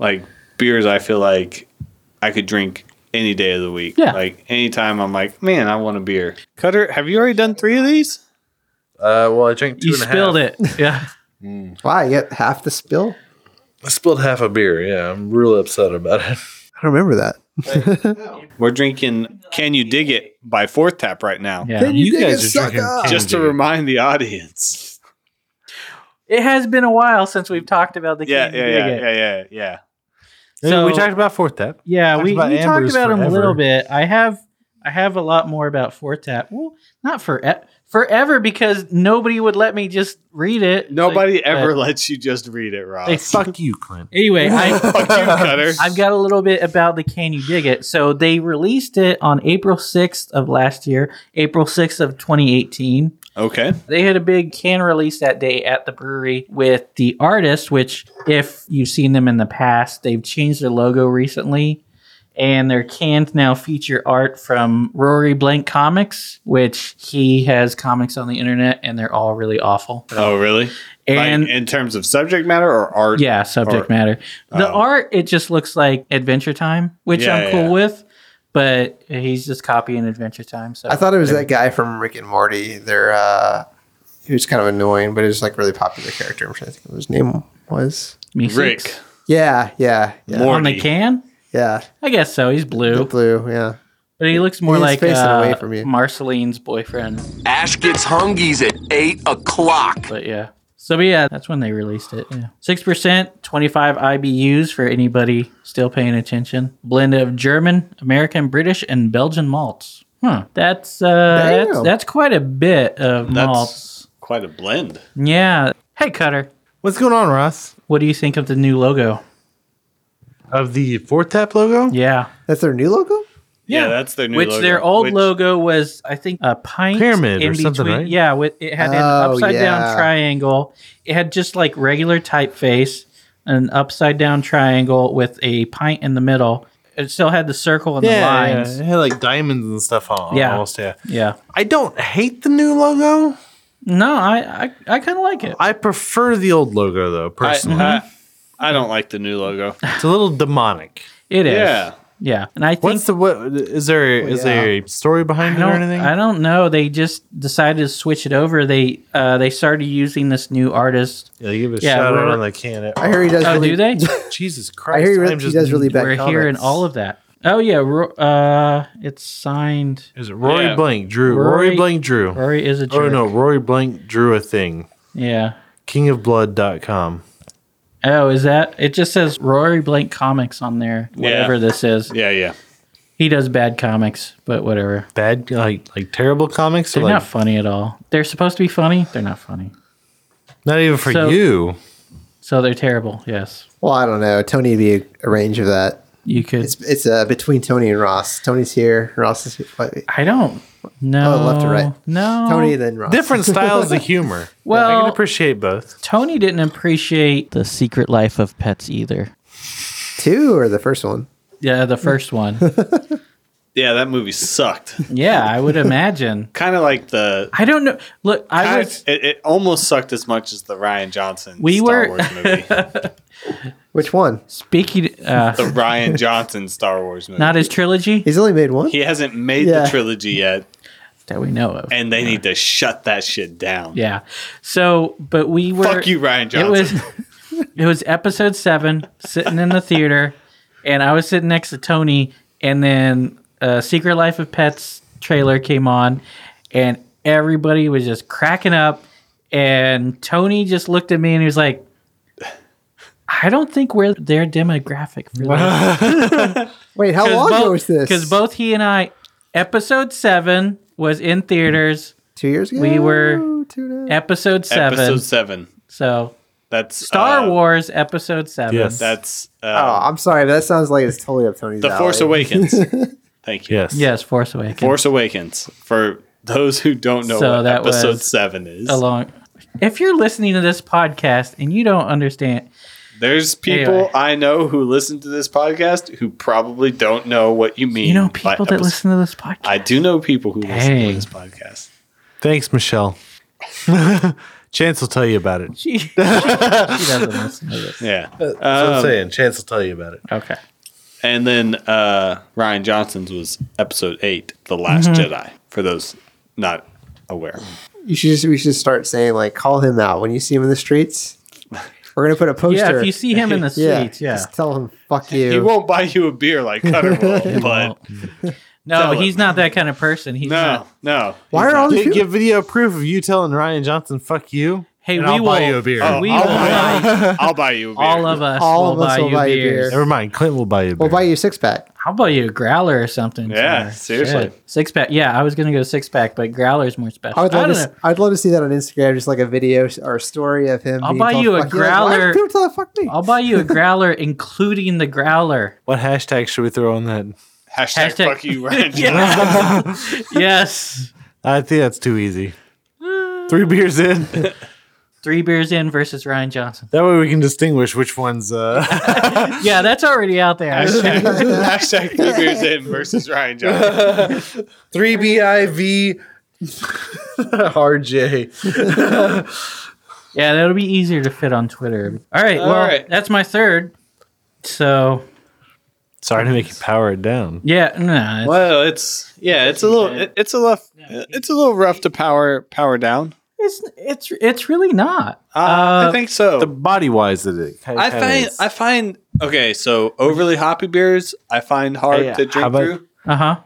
S4: like beers. I feel like I could drink any day of the week.
S6: Yeah.
S4: Like anytime, I'm like, man, I want a beer. Cutter, have you already done three of these?
S8: Uh, well, I drank two
S6: You
S8: and a half.
S6: spilled it. Yeah.
S7: Why? You get half the spill?
S8: I spilled half a beer. Yeah, I'm real upset about it.
S7: I don't remember that.
S4: We're drinking "Can You Dig It" by Fourth Tap right now.
S6: Yeah.
S7: you,
S2: You
S7: dig
S2: guys
S7: it,
S2: are drinking
S7: sucker?
S2: Can
S4: Just to
S2: Dig It.
S4: remind the audience.
S6: It has been a while since we've talked about the
S4: Yeah,
S6: Can You
S4: yeah,
S6: Dig
S4: yeah,
S6: It.
S4: yeah, yeah, yeah.
S6: So-
S2: we talked about fourth tap.
S6: Yeah,
S2: Talked
S6: we,
S2: about
S6: we talked
S2: Ambers
S6: about him a
S2: forever.
S6: little bit. I have I have a lot more about Fortat. Well, not for forever because nobody would let me just read it.
S4: Nobody
S6: Like,
S4: ever
S6: but-
S4: lets you just read it, Rob.
S6: They
S2: Fuck you, Clint.
S6: Anyway, I
S4: Fuck you, Cutter.
S6: I've got a little bit about the Can You Dig It. So they released it on April 6th of last year, April 6th of 2018.
S4: Okay.
S6: They had a big can release that day at the brewery with the artist, which, if you've seen them in the past, they've changed their logo recently. And their cans now feature art from Rory Blank Comics, which he has comics on the internet and they're all really awful.
S4: Oh, really?
S6: Um, And
S4: like, in terms of subject matter or art?
S6: yeah, subject
S4: Art.
S6: matter. The
S4: Oh.
S6: art, it just looks like Adventure Time, which
S4: Yeah,
S6: I'm cool
S4: yeah.
S6: with, but he's just copying Adventure Time. So
S7: I thought it was that guy from Rick and Morty. They're, uh, he was kind of annoying, but he's like really popular character. I'm trying to think of what his name was.
S6: Me
S4: Rick.
S6: Six.
S7: Yeah, yeah, yeah.
S4: Morty.
S6: on the can.
S7: yeah.
S6: I guess so. He's blue.
S7: The blue, yeah.
S6: But he looks more
S7: He's
S6: like
S7: facing
S6: uh,
S7: away from you.
S6: Marceline's boyfriend.
S10: Ash gets hungies at 8 o'clock.
S6: But yeah. So but yeah, that's when they released it. Yeah. Six percent, twenty-five IBUs for anybody still paying attention. Blend of German, American, British, and Belgian malts. Huh. That's uh
S7: Damn.
S6: that's that's quite a bit of
S4: That's-
S6: malts.
S4: Quite a blend.
S6: Yeah. Hey Cutter,
S2: What's going on, Ross?
S6: what do you think of the new logo?
S2: Of the fourth tap logo?
S6: Yeah.
S7: That's their new logo?
S4: Yeah, that's their new
S6: Which
S4: logo.
S6: their old
S4: Which-
S6: logo was, I think, a pint
S2: Pyramid
S6: in
S2: or something,
S6: between-
S2: right?
S6: Yeah, with, it had an
S7: Oh,
S6: upside
S7: yeah.
S6: down triangle. It had just like regular typeface, an upside down triangle with a pint in the middle, It still had the circle and
S8: yeah,
S6: the lines.
S8: yeah, it had like diamonds and stuff on.
S6: Yeah.
S8: Yeah, almost. Yeah,
S6: Yeah.
S8: I don't hate the new logo.
S6: No, I I, I kind of like it.
S8: I prefer the old logo though.
S6: Mm-hmm.
S8: Personally,
S4: I, uh, I, I don't like the new logo.
S8: it's a little demonic.
S6: It is.
S4: Yeah.
S6: Yeah. And I think Oh,
S8: What's the what? Is there is there a story behind
S6: I
S8: it or
S6: don't,
S8: anything?
S6: I don't know. They just decided to switch it over. They uh they started using this new artist.
S8: Yeah, they give it a
S6: Yeah,
S8: shout
S6: we're-
S8: out when they can. It.
S7: I hear he does
S6: Oh,
S7: really-
S6: do they?
S8: Jesus
S7: I
S8: Christ!
S7: hear he,
S8: I'm
S7: really, he does really bad
S6: We're
S7: comics.
S6: hearing all of that. Oh yeah, Ro- uh it's signed
S8: Is it Rory
S4: Yeah.
S8: Blank Drew? Rory,
S6: Rory-
S8: Blank Drew.
S6: Rory is a jerk.
S8: oh no, Rory Blank drew a thing.
S6: Yeah.
S8: Kingofblood.com.
S6: Oh, is that? It just says Rory Blank Comics on there. Whatever
S4: Yeah.
S6: this is.
S4: Yeah, yeah.
S6: He does bad comics, but whatever.
S8: Bad like like terrible comics or
S6: They're
S8: like
S6: not funny at all. They're supposed to be funny. They're not funny.
S8: not even for
S6: So-
S8: you.
S6: So they're terrible. Yes.
S7: Well, I don't know. Tony would be a range of that.
S6: You could.
S7: It's it's uh, between Tony and Ross. Tony's here. Ross is here. Wait,
S6: I don't. No.
S7: Oh, left or right?
S6: No.
S7: Tony then Ross.
S8: Different styles of humor. I
S6: Well-
S8: can appreciate both.
S6: Tony didn't appreciate
S11: The Secret Life of Pets either.
S7: two or the first one.
S6: yeah, the first one.
S4: Yeah, that movie sucked.
S6: yeah, I would imagine.
S4: kind of like the.
S6: I don't know. Look, I
S4: I
S6: was.
S4: it, it almost sucked as much as the Ryan Johnson
S6: We
S4: Star
S6: were-
S4: Wars movie.
S7: Which one?
S6: Speaking. Uh,
S4: the Ryan Johnson Star Wars movie.
S6: not his trilogy
S7: He's only made one.
S4: he hasn't made
S7: Yeah.
S4: the trilogy yet,
S6: that we know of.
S4: and they need to shut that shit down.
S6: Yeah. So, but we were.
S4: Fuck you, Ryan
S6: It
S4: Johnson.
S6: was. It was episode seven, sitting in the theater, and I was sitting next to Tony, and then uh, Secret Life of Pets trailer came on, and everybody was just cracking up, and Tony just looked at me and he was like. I don't think we're their demographic for this.
S7: Wait, how long ago was this?
S6: Because both he and I, episode seven was in theaters.
S7: two years ago.
S6: we were-
S7: two and a half.
S6: Episode seven.
S4: Episode seven.
S6: so
S4: That's
S6: Star
S4: uh,
S6: Wars episode seven.
S8: Yes.
S4: That's
S7: Oh,
S4: uh,
S7: I'm sorry, but that sounds like it's totally up Tony's.
S4: the Force
S7: alley.
S4: Awakens. Thank you.
S8: Yes.
S6: Yes, Force Awakens.
S4: Force Awakens. For those who don't know
S6: So
S4: what
S6: that
S4: episode
S6: was
S4: seven is,
S6: along. If you're listening to this podcast and you don't understand,
S4: there's people
S6: Anyway.
S4: I know who listen to this podcast who probably don't know what you mean.
S6: you know
S4: by
S6: people that
S4: episode-
S6: listen to this podcast.
S4: I do know people who listen to
S6: Dang.
S4: this podcast.
S8: Thanks, Michelle. Chance will tell you about it.
S6: she, she doesn't listen to this.
S4: Yeah.
S8: That's what I'm
S4: Um,
S8: saying. Chance will tell you about it.
S6: Okay.
S4: And then uh, Ryan Johnson's was episode eight, The Last
S6: Mm-hmm.
S4: Jedi, for those not aware.
S7: You should just, we should start saying like call him out when you see him in the streets. We're gonna put a poster.
S6: Yeah, if you see him in the
S7: yeah,
S6: streets, yeah.
S7: just tell him fuck you.
S4: He won't buy you a beer like Cutter will, but
S6: No,
S4: Tell him.
S6: he's not that kind of person. He's
S4: no,
S6: not.
S4: no.
S7: Why are all these
S8: Give,
S7: people?
S8: give video proof of you telling Ryan Johnson "fuck you."
S6: Hey,
S8: and
S6: we
S8: I'll
S6: will.
S8: buy you a beer.
S4: Oh,
S6: We
S4: I'll,
S6: will.
S4: buy you, I'll buy you a beer.
S6: All of us
S7: All
S6: will
S7: of us
S6: buy
S7: will
S6: you
S7: buy you
S6: beers.
S7: beers.
S8: Never mind. Clint will buy you. A beer.
S7: We'll buy you a six pack.
S6: How about you, a growler or something?
S4: Yeah,
S6: somewhere?
S4: seriously.
S6: Shit. Six pack. Yeah, I was gonna go six pack, but growler's more special.
S7: I
S6: I,
S7: would love
S6: don't
S7: to.
S6: know.
S7: s- I'd love to see that on Instagram, just like a video s- or a story of him.
S6: I'll
S7: being
S6: buy
S7: told
S6: you a
S7: fuck Like, why
S6: growler.
S7: do People tell him fuck me.
S6: I'll buy you a growler, including the growler.
S8: What hashtag should we throw on that?
S4: Hashtag,
S6: Hashtag-
S4: fuck you, Ryan Johnson.
S6: Yes.
S8: I think that's too easy. Three beers in.
S6: Three beers in versus Ryan Johnson.
S8: That way we can distinguish which one's. Uh,
S6: Yeah, that's already out there.
S4: Hashtag, hashtag three beers in versus Ryan Johnson.
S8: Three B I V. R J.
S6: yeah, that'll be easier to fit on Twitter. All right. well,
S4: right.
S6: that's my third. So
S8: Sorry to make you power it down.
S6: yeah, no. It's,
S4: Well, it's yeah, it's a little, it- it's a rough, it's a little rough to power power down.
S6: it's it's it's really not.
S4: Uh, I think so.
S8: The body wise, it. it kinda
S4: I find
S8: is.
S4: I find okay, so overly hoppy beers I find hard
S8: Hey,
S4: to drink
S8: how about-
S4: through.
S6: Uh huh.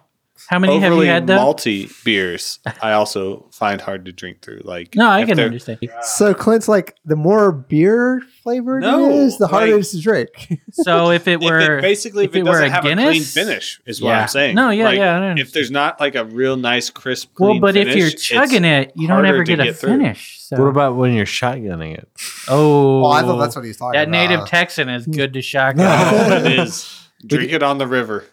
S6: How many have you
S4: Overly
S6: had though?
S4: malty beers I also find hard to drink through. Like
S6: no, I
S4: if
S6: can
S4: they're-
S6: understand.
S7: So Clint's like, the more beer flavored
S4: No,
S7: it is, the harder
S4: like-
S7: it is to drink.
S6: So if it
S4: If
S6: were
S4: it, basically, if, it,
S6: were
S4: doesn't have a clean finish, is what
S6: Yeah.
S4: I'm saying.
S6: No, yeah,
S4: Like,
S6: yeah, I don't
S4: If there's not like a real nice crisp,
S6: Well,
S4: clean
S6: but if you're
S4: finish, it's-
S6: chugging it, you don't
S4: harder
S6: ever
S4: to
S6: get a
S4: get through.
S6: finish. So.
S8: What about when you're shotgunning it?
S6: Oh,
S7: Well, I thought that's what he was talking
S6: that
S7: about.
S6: native Texan is good to shotgun.
S4: Oh, it is. Drink it on the river.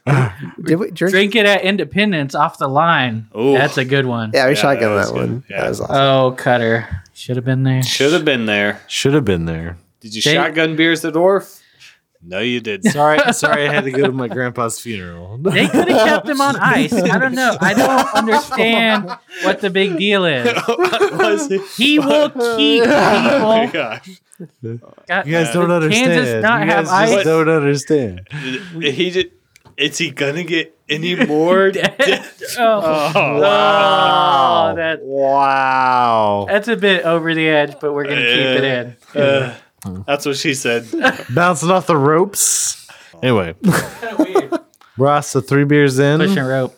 S7: Did we drink?
S6: Drink it at Independence off the line.
S4: Ooh.
S6: That's a good one.
S7: Yeah, we
S4: Yeah,
S7: shotgun
S4: that
S7: that,
S4: was good.
S7: one.
S4: Yeah.
S7: That was awesome.
S6: Oh, Cutter should have been there.
S4: Should have been there.
S8: Should have been there.
S4: Did you
S6: They-
S4: shotgun beers the dwarf? No, you did.
S8: Sorry, sorry, I had to go to my grandpa's funeral.
S6: They could have kept him on ice. I don't know. I don't understand what the big deal is. He will keep
S4: Oh my
S6: people.
S4: gosh.
S6: God-
S8: You guys don't
S6: Did
S8: understand.
S6: Kansas not
S8: you
S6: have
S8: guys just
S6: ice?
S8: don't understand.
S4: He did. Is he gonna get any more?
S6: Oh,
S4: Oh,
S6: wow. Oh, that,
S8: Wow.
S6: that's a bit over the edge, but we're gonna keep it in.
S4: Uh, that's what she said.
S8: Bouncing off the ropes. Anyway. Ross, the three beers in.
S6: Pushing rope.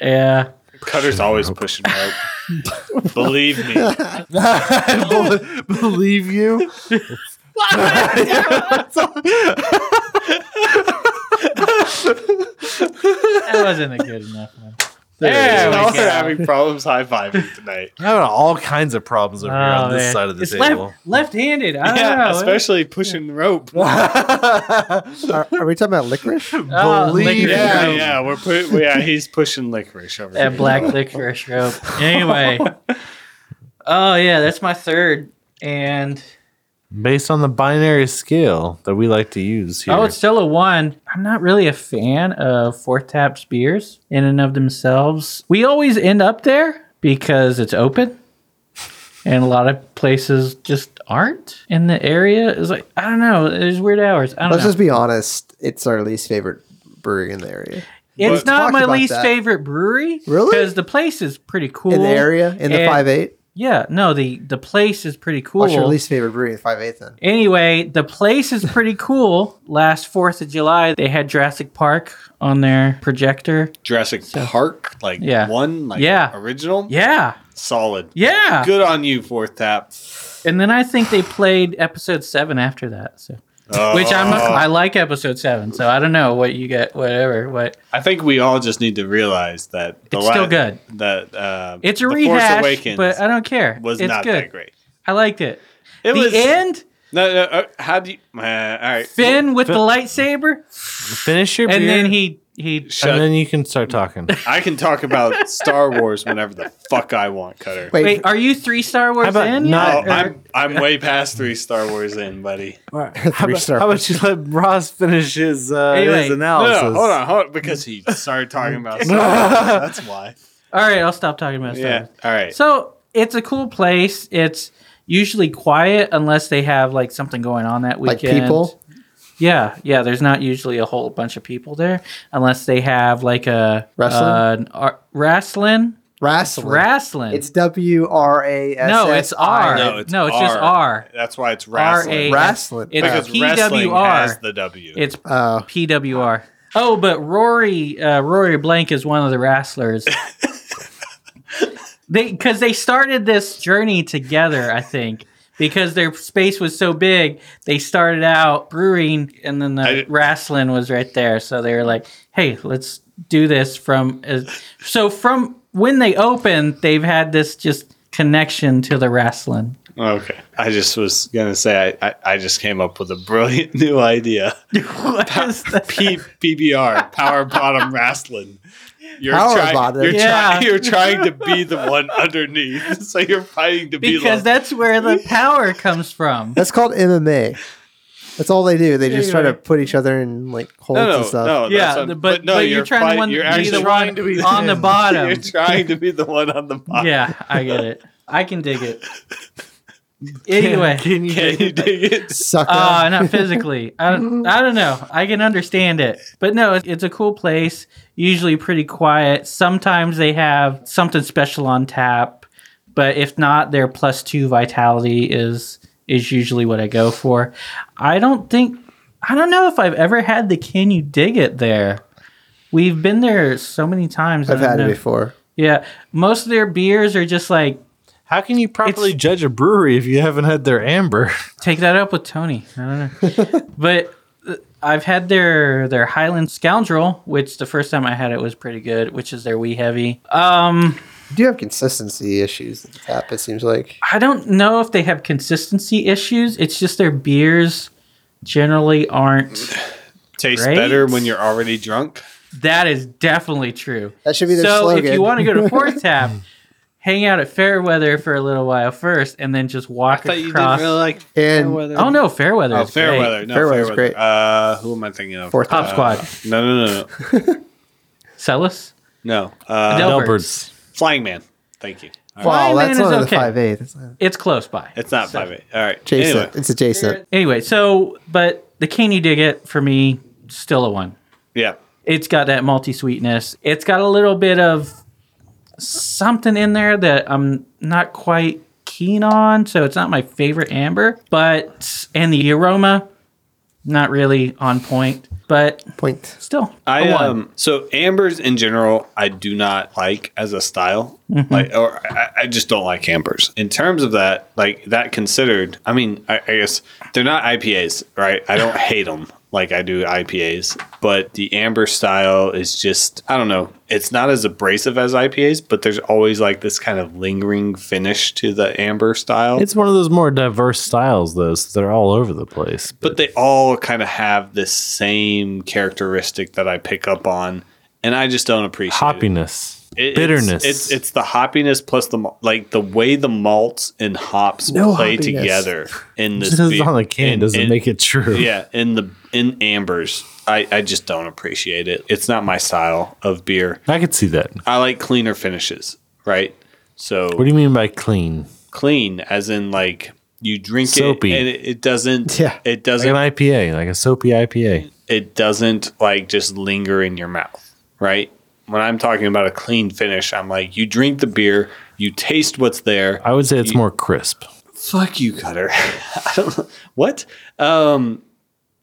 S6: Yeah.
S4: Cutter's always pushing rope. Believe me.
S8: I bel- believe you.
S6: That wasn't a good enough one.
S4: There
S6: There we
S4: also
S6: go.
S4: having problems high fiving tonight.
S8: Having all kinds of problems over here on
S6: Oh,
S8: this
S6: man.
S8: side of the
S6: it's
S8: table.
S6: Left, left-handed. I don't
S4: yeah,
S6: know.
S4: especially pushing the rope.
S6: Uh,
S7: Are, are we talking about licorice?
S6: Oh,
S8: Believe-
S6: licorice
S4: Yeah,
S6: rope.
S4: yeah, we're put, yeah, he's pushing licorice over
S6: That
S4: here.
S6: black licorice rope. Anyway. Oh yeah, that's my third. And
S8: Based on the binary scale that we like to use here.
S6: oh, it's still a one. I'm not really a fan of four tap spears in and of themselves. We always end up there because it's open. And a lot of places just aren't in the area. It's like I don't know. There's weird hours. I don't
S7: Let's
S6: know.
S7: just be honest. It's our least favorite brewery in the area.
S6: It's
S7: But-
S6: not
S7: Talked
S6: my
S7: about
S6: least
S7: that.
S6: favorite brewery.
S7: Really?
S6: Because the place is pretty cool.
S7: In the area, in the
S6: and-
S7: five eight.
S6: Yeah, no, the the place is pretty cool.
S7: What's your least favorite brewery in five eight then?
S6: Anyway, the place is pretty cool. Last 4th of July, they had Jurassic Park on their projector.
S4: Jurassic Park, like
S6: Yeah.
S4: one, like
S6: Yeah.
S4: original,
S6: Yeah.
S4: solid.
S6: Yeah.
S4: Good on you, fourth tap.
S6: And then I think they played episode 7 after that. So
S4: Uh,
S6: Which I'm I like episode 7, so I don't know what you get whatever what.
S4: I think we all just need to realize that the
S6: It's still good.
S4: That uh,
S6: It's a
S4: The Force
S6: rehash,
S4: Awakens
S6: but I don't care.
S4: was
S6: it's
S4: not
S6: good.
S4: that great.
S6: I liked it.
S4: It
S6: the
S4: was
S6: end
S4: No, no. Uh, how do you? Uh, all right.
S6: Finn with the lightsaber
S8: Finish your
S6: and
S8: beer.
S6: then he he
S4: Shut.
S8: and then you can start talking.
S4: I can talk about Star Wars whenever the fuck I want, Cutter.
S7: Wait,
S6: Wait, are you 3 Star
S8: How
S6: Wars
S8: about
S6: in?
S4: Oh,
S8: not-
S6: yet, or-
S4: I'm I'm way past three Star Wars in, buddy.
S8: how, about,
S7: Three-star
S8: how about you let Ross finish his, uh,
S6: Anyway,
S8: his
S6: no,
S4: No,
S8: analysis?
S4: no, hold on, hold on, because he started talking about Star Wars. That's why.
S6: All right, I'll stop talking about Star
S4: Yeah.
S6: Wars.
S4: All right.
S6: So it's a cool place. It's usually quiet unless they have like something going on that
S7: Like
S6: weekend.
S7: people?
S6: Yeah, yeah. There's not usually a whole bunch of people there unless they have like a
S7: Wrestling?
S6: uh, an ar- wrestling,
S7: Wrestling.
S6: wrestling.
S7: It's W R A S.
S6: no, it's R.
S4: No, it's
S6: no, it's just
S4: R.
S6: R.
S4: That's why it's
S6: R
S4: wrestling.
S6: A
S7: Wrestling.
S6: It's
S4: because
S6: P
S4: wrestling
S6: W
S4: has
S6: R.
S4: the W.
S6: It's
S7: Oh.
S6: PWR. Oh, but Rory uh, Rory Blank is one of the wrestlers. they because they started this journey together, I think, because their space was so big. They started out brewing, and then the
S4: I-
S6: wrestling was right there. So they were like, "Hey, let's do this." From uh, so from when they opened, they've had this just connection to the wrestling.
S7: Oh,
S4: okay. I just was gonna say I, I, I just came up with a brilliant new idea.
S6: What is that?
S4: P, PBR, power bottom wrestling. You're
S7: Power
S4: trying.
S7: bottom.
S4: You're,
S6: Yeah.
S4: trying. you're trying to be the one underneath, so you're fighting to be
S6: Because
S4: like.
S6: that's where the power comes from.
S7: That's called MMA. That's all they do. They just try to
S6: Anyway.
S7: put each other in like holes
S4: no, no,
S7: and stuff.
S4: no.
S6: Yeah,
S4: that's what-
S6: the- but, but, you're, trying
S4: fight-
S6: to one,
S4: you're
S6: be the
S4: actually-
S6: one on the
S4: You're
S6: bottom.
S4: trying to be the one on the bottom.
S6: yeah, I get it. I can dig it. Anyway,
S8: Can you
S4: Can you dig it?
S7: Sucker.
S6: uh, not physically. I don't, I don't know. I can understand it, but no, it's, it's a cool place. Usually pretty quiet. Sometimes they have something special on tap, but if not, their plus two vitality is is usually what I go for. I don't think. I don't know if I've ever had the can you dig it there. We've been there so many times. I
S7: I've
S6: don't
S7: had it
S6: know.
S7: before.
S6: Yeah, most of their beers are just like
S8: How can you properly
S6: It's-
S8: judge a brewery if you haven't had their amber?
S6: take that up with Tony. I don't know, but uh, I've had their their Highland Scoundrel, which the first time I had it was pretty good, which is their wee heavy. Um,
S7: You do have consistency issues with the tap, it seems like.
S6: I don't know if they have consistency issues. It's just their beers generally aren't.
S4: Tastes
S6: Right?
S4: better when you're already drunk.
S6: That is definitely true.
S7: That should be their
S6: so
S7: slogan.
S6: if you want to go to Fourth Tap, hang out at Fairweather for a little while first, and then just walk
S4: I thought you
S6: across.
S4: didn't really like
S7: And-
S4: Fairweather.
S6: oh no, Fairweather.
S4: Oh,
S6: is great.
S4: Fairweather. No,
S7: Fairweather's
S4: Fairweather.
S7: great.
S4: Uh, who am I thinking of?
S7: Fourth
S6: Pop
S4: Uh,
S6: Squad.
S4: No, no, no, no.
S6: Cellus.
S4: no. Uh,
S6: Delbert's.
S4: Flying Man. Thank you. All right.
S7: Wow,
S6: Flyman
S7: that's
S6: is
S7: not the
S6: okay.
S7: five eight. That's not
S6: It's close by.
S4: It's not
S6: So-
S4: five eight. All right.
S7: adjacent.
S4: Anyway,
S7: It's adjacent.
S6: Anyway, so but the Caney Diggit for me still a one.
S4: yeah.
S6: It's got that multi sweetness. It's got a little bit of something in there that I'm not quite keen on, so it's not my favorite amber. But and the aroma, not really on point, but
S7: Point.
S6: still
S4: I
S6: a one.
S4: um so ambers in general I do not like as a style
S6: Mm-hmm.
S4: like or I, I just don't like ambers in terms of that like that considered I mean I, I guess they're not IPAs right I don't hate them like I do IPAs but the amber style is just I don't know it's not as abrasive as IPAs but there's always like this kind of lingering finish to the amber style
S8: It's one of those more diverse styles, though. So they're all over the place.
S4: but they all kind of have this same characteristic that I pick up on, and I just don't appreciate it.
S8: hoppiness,
S4: It- it's-
S8: bitterness.
S4: It's, it's the hoppiness plus the mal- like the way the malts and hops
S7: No
S4: play
S7: hoppiness.
S4: together in this.
S8: just 'cause it's
S4: beer-
S8: on the can
S4: in-
S8: doesn't
S4: in-
S8: make it true.
S4: Yeah, in the in ambers, I I just don't appreciate it. It's not my style of beer.
S8: I could see that.
S4: I like cleaner finishes, right? So
S8: What do you mean by clean?
S4: clean, as in like you drink
S8: Soapy.
S4: it and it, it doesn't.
S7: Yeah.
S4: it
S8: Like
S4: doesn't
S8: an IPA, like a soapy IPA.
S4: it doesn't like just linger in your mouth, right? When I'm talking about a clean finish, I'm like, you drink the beer, you taste what's there.
S8: I would say it's more crisp.
S4: Fuck you, Cutter. I don't know. What? Um,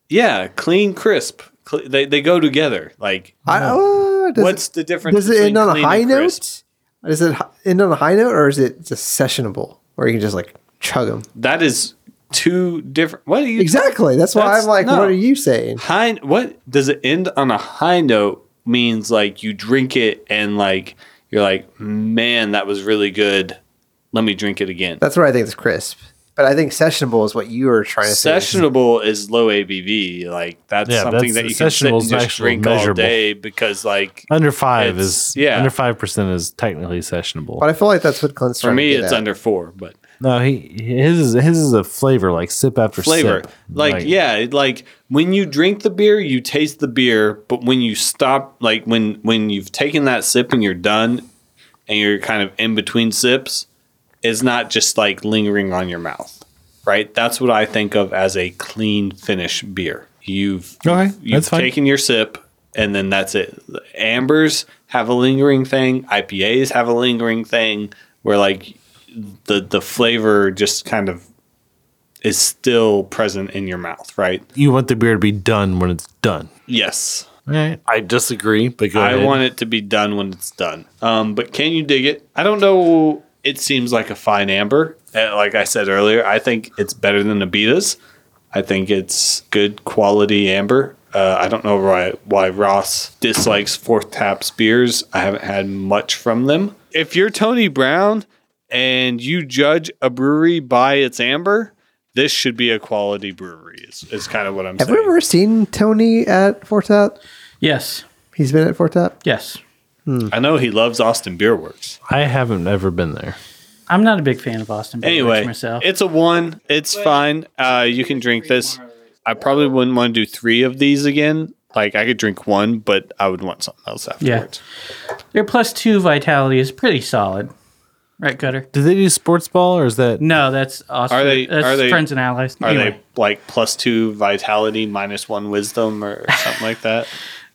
S4: yeah, clean, crisp. Cle they, they go together. Like,
S7: I, uh, does
S4: what's the
S7: it,
S4: difference?
S7: does it
S4: between
S7: end on a
S4: clean
S7: high
S4: and
S7: note?
S4: crisp?
S7: Does it hi- end on a high note, or is it just sessionable, where you can just like chug them?
S4: That is two different. What are you
S7: Exactly. That's why
S4: That's-
S7: I'm like,
S4: no.
S7: what are you saying?
S4: high what does it end on a high note means like you drink it and like you're like man that was really good let me drink it again
S7: That's where I think it's crisp. But I think sessionable is what you were trying to say.
S4: sessionable is low abv like that's
S8: Yeah, that's-
S4: something that you can sit
S8: sessionable
S4: and
S8: is
S4: just
S8: actually
S4: drink all
S8: measurable.
S4: day because like
S8: Under five
S4: It's-
S8: is
S4: yeah.
S8: Under five percent is technically sessionable.
S7: But I feel like that's what Clint's
S4: for
S7: trying
S4: me
S7: to get
S4: it's
S7: at.
S4: under four but
S8: no, he his is his is a flavor like sip after
S4: flavor
S8: sip.
S4: like, yeah it- like when you drink the beer you taste the beer but when you stop like when when you've taken that sip and you're done and you're kind of in between sips it's not just like lingering on your mouth right that's what i think of as a clean finish beer you've
S8: Okay,
S4: you've
S8: that's fine.
S4: taken your sip and then that's it ambers have a lingering thing ipas have a lingering thing where like the the flavor just kind of is still present in your mouth, right?
S8: you want the beer to be done when it's done.
S4: Yes.
S8: All right, I disagree, but go
S4: I
S8: ahead.
S4: want it to be done when it's done. Um, but can you dig it? I don't know. It seems like a fine amber. Uh, Like I said earlier, I think it's better than Abita's. I think it's good quality amber. Uh, I don't know why why Ross dislikes fourth tap beers. I haven't had much from them. If you're Tony Brown and you judge a brewery by its amber, this should be a quality brewery. Is, is kind of what I'm
S7: Have
S4: saying.
S7: we ever seen Tony at Fortat?
S6: yes,
S7: He's been at Fortat.
S6: yes.
S4: I know he loves Austin Beer Works.
S8: I haven't ever been there.
S6: I'm not a big fan of Austin. Beer
S4: anyway,
S6: Works myself.
S4: it's a one. It's fine. Uh, you can drink this. I probably wouldn't want to do three of these again. Like I could drink one, but I would want something else afterwards.
S6: Their plus two vitality is pretty solid, right, Cutter?
S8: Do they do sports ball or is that
S6: No, that's Austin.
S4: Are they-
S6: that's
S4: are they-
S6: friends and allies?
S4: Are
S6: Anyway.
S4: they like plus two vitality, minus one wisdom, or something like that?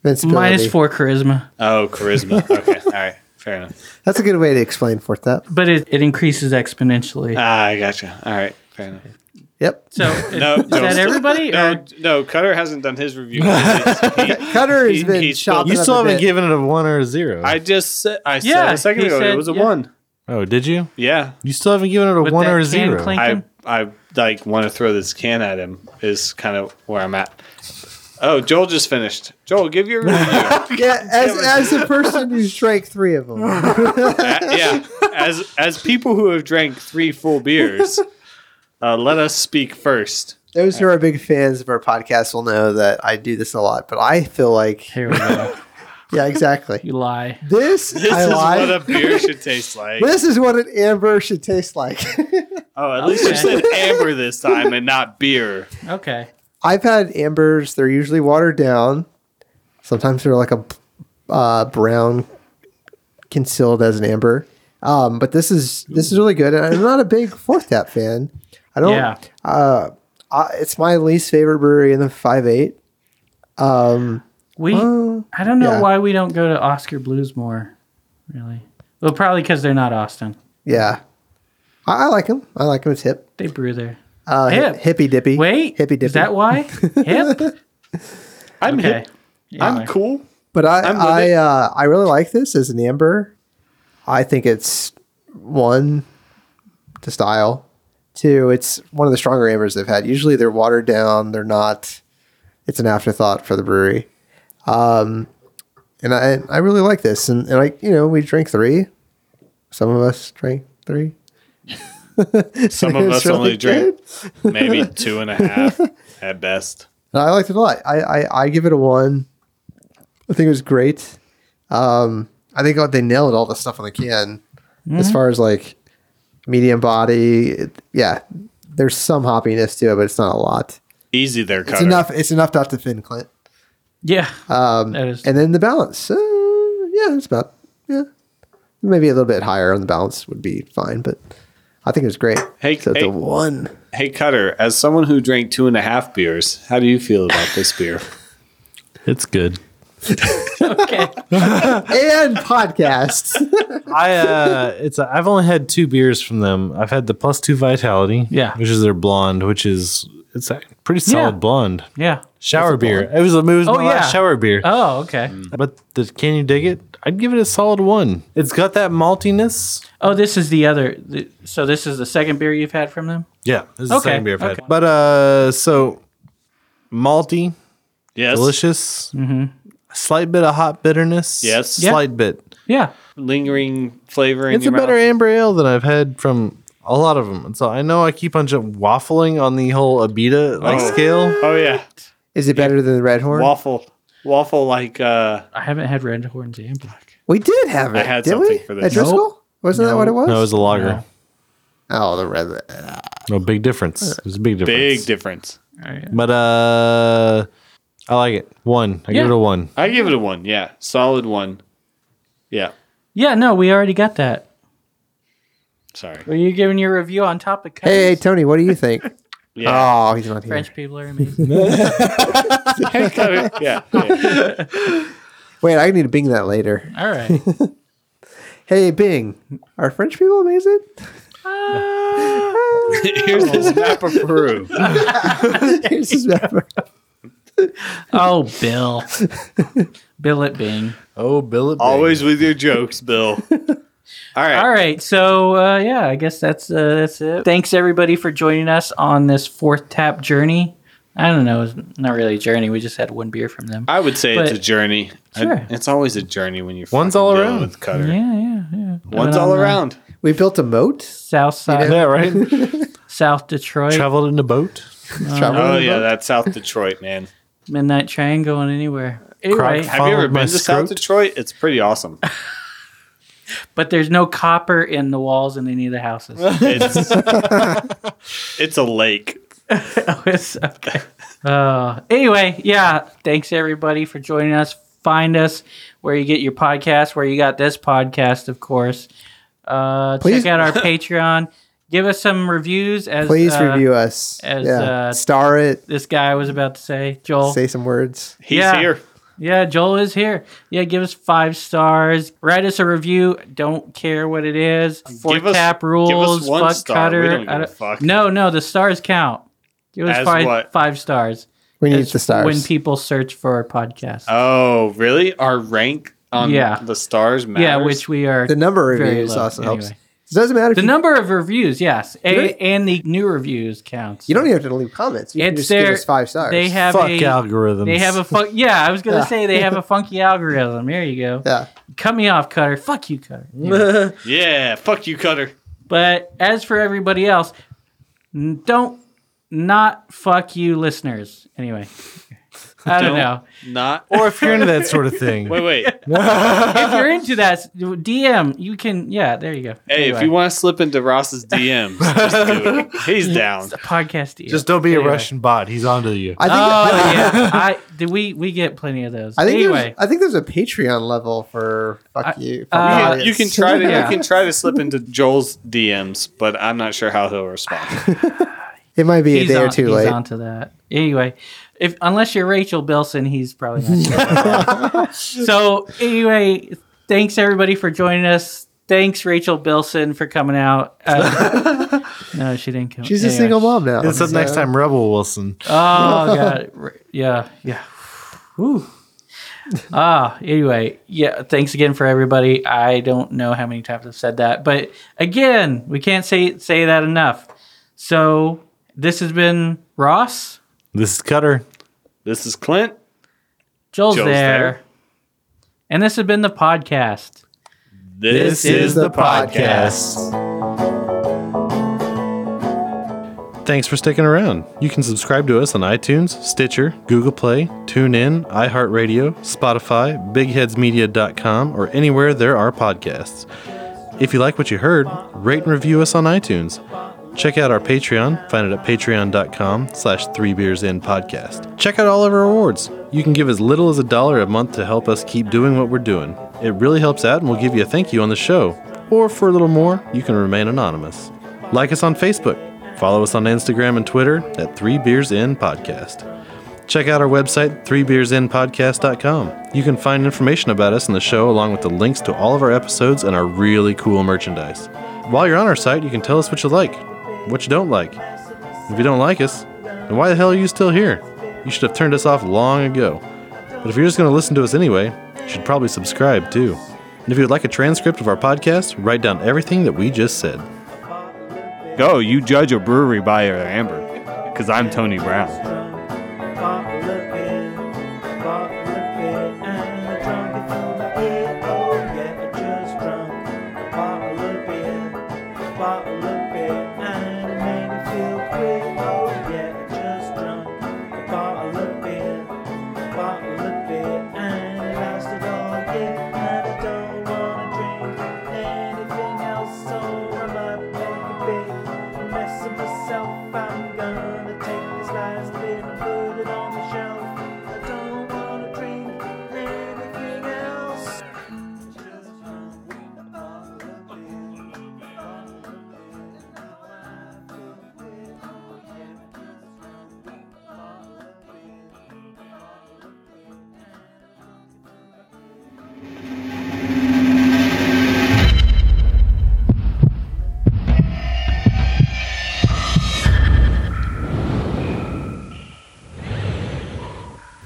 S7: Vince
S6: Minus
S7: Ability.
S6: four charisma,
S4: Oh, charisma. Okay, all right, fair enough.
S7: That's a good way to explain Fortat.
S6: but it, it increases exponentially.
S4: Ah, I gotcha. All right, fair enough.
S7: Yep.
S6: so
S4: No,
S6: is that everybody?
S4: No,
S6: or-
S4: no. Cutter hasn't done his review. He-
S7: Cutter has
S4: he-
S7: been
S4: he's still-
S7: chopping
S8: you
S7: up
S8: still
S7: a
S8: haven't
S7: bit.
S8: given it a one or a zero?
S4: I just said. I
S6: Yeah,
S4: said a second
S6: he
S4: ago
S6: said-
S4: it was a
S6: yeah.
S4: one.
S8: oh, did you?
S4: Yeah,
S8: You still haven't given it a
S6: With
S8: one
S6: that
S8: or a
S6: can
S8: zero.
S6: clink-
S4: I,
S6: Lincoln?
S4: I like want to throw this can at him is kind of where I'm at. Oh, Joel just finished. Joel, give your review. Uh,
S7: Yeah, as, as a person who's drank three of them.
S4: yeah, as as people who have drank three full beers, uh, let us speak first.
S7: Those who are big fans of our podcast will know that I do this a lot, but I feel like
S6: Here we go.
S7: Yeah, exactly.
S6: you lie.
S7: This,
S4: This
S7: I
S4: is
S7: lied.
S4: what a beer should taste like.
S7: This is what an amber should taste like.
S4: oh, at least you said amber this time and not beer.
S6: Okay.
S7: I've had ambers. They're usually watered down. Sometimes they're like a uh, brown, concealed as an amber. Um, but this is this is really good. And I'm not a big fourth tap fan. I don't.
S6: Yeah.
S7: Uh, I, it's my least favorite brewery in the five eight. Um,
S6: We
S7: Well,
S6: I don't know
S7: yeah.
S6: why we don't go to Oscar Blues more. Really. Well, probably because they're not Austin.
S7: yeah, I, I like them. I like them. It's hip.
S6: They brew there.
S7: Uh, hi-
S6: Hip.
S7: hippy dippy.
S6: Wait,
S7: hippy dippy.
S6: Is that why? Hip?
S4: I'm
S6: okay.
S4: hip.
S6: Anyway.
S4: I'm cool.
S7: But I
S4: I'm with
S7: I
S4: it.
S7: uh, I really like this as an amber. I think it's one to style. Two, it's one of the stronger ambers they've had. Usually they're watered down. They're not. It's an afterthought for the brewery. Um, and I I really like this. And and I you know we drank three. Some of us drank three.
S4: Some of
S7: It's
S4: us
S7: really
S4: only drink maybe
S7: good.
S4: two and a half at best.
S7: And I liked it a lot. I, I, I give it a one. I think it was great. Um, I think they nailed all the stuff on the can as far as like medium body. it- yeah, there's some hoppiness to it, but it's not a lot.
S4: Easy there,
S7: It's
S4: Cutter.
S7: enough. It's enough to have to thin Clint.
S6: Yeah.
S7: Um,
S6: That is-
S7: and then the balance. Uh, yeah, it's about yeah, maybe a little bit higher on the balance would be fine, but I think it was great.
S4: Hey,
S7: so it's
S4: hey.
S7: a one.
S4: Hey, Cutter, as someone who drank two and a half beers, how do you feel about this beer?
S2: It's good.
S6: okay.
S7: and podcasts.
S2: I uh, it's i I've only had two beers from them. I've had the plus two vitality,
S6: Yeah.
S2: which is their blonde, which is it's a pretty solid
S6: Yeah.
S2: blonde
S6: Yeah.
S2: shower beer. It was a it was
S6: Oh,
S2: my last
S6: yeah.
S2: shower beer,
S6: Oh, okay.
S4: Mm.
S2: but the, can you dig it? I'd give it a solid one. It's got that maltiness.
S6: Oh, this is the other. The, so this is the second beer you've had from them.
S2: Yeah, this is the
S6: Okay,
S2: second beer I've had.
S6: okay.
S2: But uh, so malty,
S4: Yes.
S2: delicious, mm-hmm. slight bit of hot bitterness.
S4: Yes.
S2: slight bit.
S6: Yeah.
S4: Lingering flavor in
S2: It's a
S4: your mouth.
S2: better amber ale than I've had from a lot of them. And so I know I keep on just waffling on the whole Abita like
S4: Oh.
S2: scale.
S4: Oh, yeah.
S7: Is it better than the Red Horn?
S4: Waffle. Waffle like uh,
S6: I haven't had Red Horns Amber.
S7: We did have it.
S4: I had
S7: didn't
S4: something
S7: we?
S4: for this.
S7: At Driscoll? Wasn't that what it was?
S2: No, it was a lager.
S7: oh, the red. uh,
S2: No, big difference. It was a big difference.
S4: big difference.
S2: But uh, I like it. One. I
S6: Yeah.
S2: give it a one.
S4: I give it a one. Yeah. Solid one. Yeah.
S6: Yeah. No, we already got that.
S4: Sorry.
S6: Were you giving your review on top of
S7: Hey, hey, Tony, what do you think?
S4: Yeah.
S7: Oh, he's not here.
S6: French people are amazing.
S4: Cutter, yeah. yeah.
S7: Wait, I need to Bing that later.
S6: All right.
S7: Hey, Bing, are French people amazing?
S4: Here's this map of Peru.
S7: Here's his number.
S6: Oh, Bill. Bill at Bing.
S2: Oh, Billet.
S4: Always with your jokes, Bill. All right.
S6: All right, so uh, yeah, I guess that's uh, that's it. Thanks everybody for joining us on this fourth tap journey. I don't know, it's not really a journey. We just had one beer from them.
S4: I would say it's
S6: But-
S4: a journey. I-
S6: Sure.
S4: it's always a journey when you're
S2: One's
S4: fucking
S2: all
S4: dealing
S2: around.
S4: with Cutter.
S6: yeah, Uh, yeah, yeah.
S4: One's
S6: Going
S4: all
S6: on the
S4: around.
S7: We built a moat.
S6: South side,
S2: Yeah, right?
S6: South Detroit,
S2: Traveled in a boat.
S6: Uh,
S7: Travel
S4: Oh
S7: in a
S4: yeah,
S7: moat.
S4: that's South Detroit, man.
S6: Midnight Train, going anywhere. Anyway,
S2: Croc-
S4: Have you ever
S2: Followed my
S4: been to South
S2: scrote.
S4: Detroit? It's pretty awesome.
S6: but there's no copper in the walls in any of the houses.
S4: It's, it's a lake.
S6: It's okay. Uh, anyway, yeah. Thanks everybody for joining us. Find us where you get your podcast, where you got this podcast, of course. Uh,
S7: Please-
S6: check out our Patreon. Give us some reviews. As
S7: Please
S6: uh,
S7: review us.
S6: as,
S7: yeah.
S6: uh,
S7: Star it.
S6: This guy was about to say, Joel.
S7: Say some words.
S4: He's
S6: Yeah.
S4: here.
S6: Yeah, Joel is here. Yeah, give us five stars. Write us a review. Don't care what it is. Four
S4: Give us-
S6: tap
S4: give us
S6: rules.
S4: one
S6: fuck
S4: star. We
S6: cutter.
S4: don't give
S6: I
S4: a fuck.
S6: No, no, the stars count. Give us
S4: As
S6: five,
S4: what?
S6: five stars.
S7: We need
S6: It's
S7: the stars.
S6: When people search for our podcast.
S4: Oh, really? Our rank on
S6: Yeah.
S4: the stars matters.
S6: yeah, which we are.
S7: the number of
S6: very
S7: reviews
S6: low.
S7: also helps.
S6: Anyway.
S7: It doesn't matter. If
S6: The
S7: you,
S6: number of reviews, yes.
S7: don't-
S6: A, and the new reviews counts.
S7: you don't even have to leave comments. You can
S6: It's
S7: just
S6: their-
S7: give us five stars.
S6: They have
S2: Fuck
S6: a,
S2: algorithms.
S6: They have a fun, yeah. I was gonna
S7: Yeah.
S6: say they have a funky algorithm. There you go.
S7: yeah.
S6: Cut me off, Cutter. Fuck you, Cutter.
S4: yeah, fuck you, Cutter.
S6: But as for everybody else, n- don't not fuck you, listeners. Anyway, I don't know.
S4: Not
S8: or if you're into that sort of thing.
S4: Wait, wait.
S6: if you're into that, DM, you can. Yeah, there you go.
S4: Hey,
S6: Anyway,
S4: if you want to slip into Ross's DMs, just do it. He's down.
S6: it's a podcast, DM.
S8: Just don't be a
S6: Anyway.
S8: Russian bot. He's onto you.
S7: I
S6: Oh
S7: think
S6: yeah, I did. We we get plenty of those.
S7: I think
S6: anyway,
S7: there's I think there's a Patreon level for fuck
S4: You
S7: you. fuck
S6: uh,
S4: can-
S7: audience.
S4: you can try to
S6: yeah.
S4: you can try to slip into Joel's DMs, but I'm not sure how he'll respond.
S7: it might be a day
S6: on,
S7: or two
S6: he's
S7: late.
S6: onto that. Anyway, if unless you're Rachel Bilson, he's probably not. gonna respond. so anyway, thanks everybody for joining us. Thanks Rachel Bilson for coming out. Uh, no, she didn't come.
S7: She's a
S6: anyway.
S7: single mom now.
S8: Until next
S7: so-
S8: time, Rebel Wilson.
S6: Oh god, R- yeah, yeah. Whew. Ah, anyway, yeah. Thanks again for everybody. I don't know how many times I've said that, but again, we can't say say that enough. So this has been Ross.
S8: This is Cutter.
S4: this is Clint.
S6: Joel's,
S4: Joel's
S6: there.
S4: there.
S6: and this has been the podcast.
S4: This,
S7: is the
S8: Thanks for sticking around. You can subscribe to us on iTunes, Stitcher, Google Play, TuneIn, iHeartRadio, Spotify, BigHeadsMedia.com, or anywhere there are podcasts. If you like what you heard, rate and review us on iTunes. Check out our Patreon. Find it at patreon.com slash three beers in podcast. Check out all of our awards. You can give as little as a dollar a month to help us keep doing what we're doing. It really helps out and we'll give you a thank you on the show. Or for a little more, you can remain anonymous. Like us on Facebook. Follow us on Instagram and Twitter at Three Beers In Podcast. Check out our website, threebeersinpodcast.com. You can find information about us and the show, along with the links to all of our episodes and our really cool merchandise. While you're on our site, you can tell us what you like, what you don't like. If you don't like us, then why the hell are you still here? You should have turned us off long ago. But if you're just going to listen to us anyway, you should probably subscribe too. And if you'd like a transcript of our podcast, write down everything that we just said.
S4: Go, you judge a brewery by their amber, because I'm Tony Brown.
S12: Myself, I'm gonna take this last bit and put it on the shelf. I don't wanna drink anything else. Oh,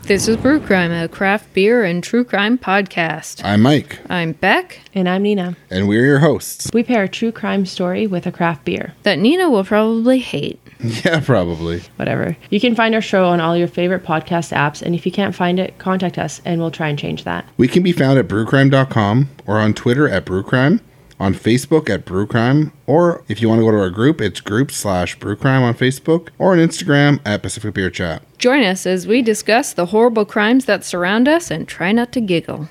S13: This is Brew Crime, a craft beer and true crime podcast.
S14: I'm Mike,
S13: I'm Beck.
S15: And I'm Nina.
S14: and we're your hosts.
S15: We pair a true crime story with a craft beer.
S13: That Nina will probably hate.
S14: Yeah, probably.
S15: Whatever. You can find our show on all your favorite podcast apps, and if you can't find it, contact us and we'll try and change that.
S14: We can be found at brewcrime.com or on Twitter at brewcrime, on Facebook at brewcrime, or if you want to go to our group, it's group slash brewcrime on Facebook or on Instagram at Pacific Beer Chat.
S13: Join us as we discuss the horrible crimes that surround us and try not to giggle.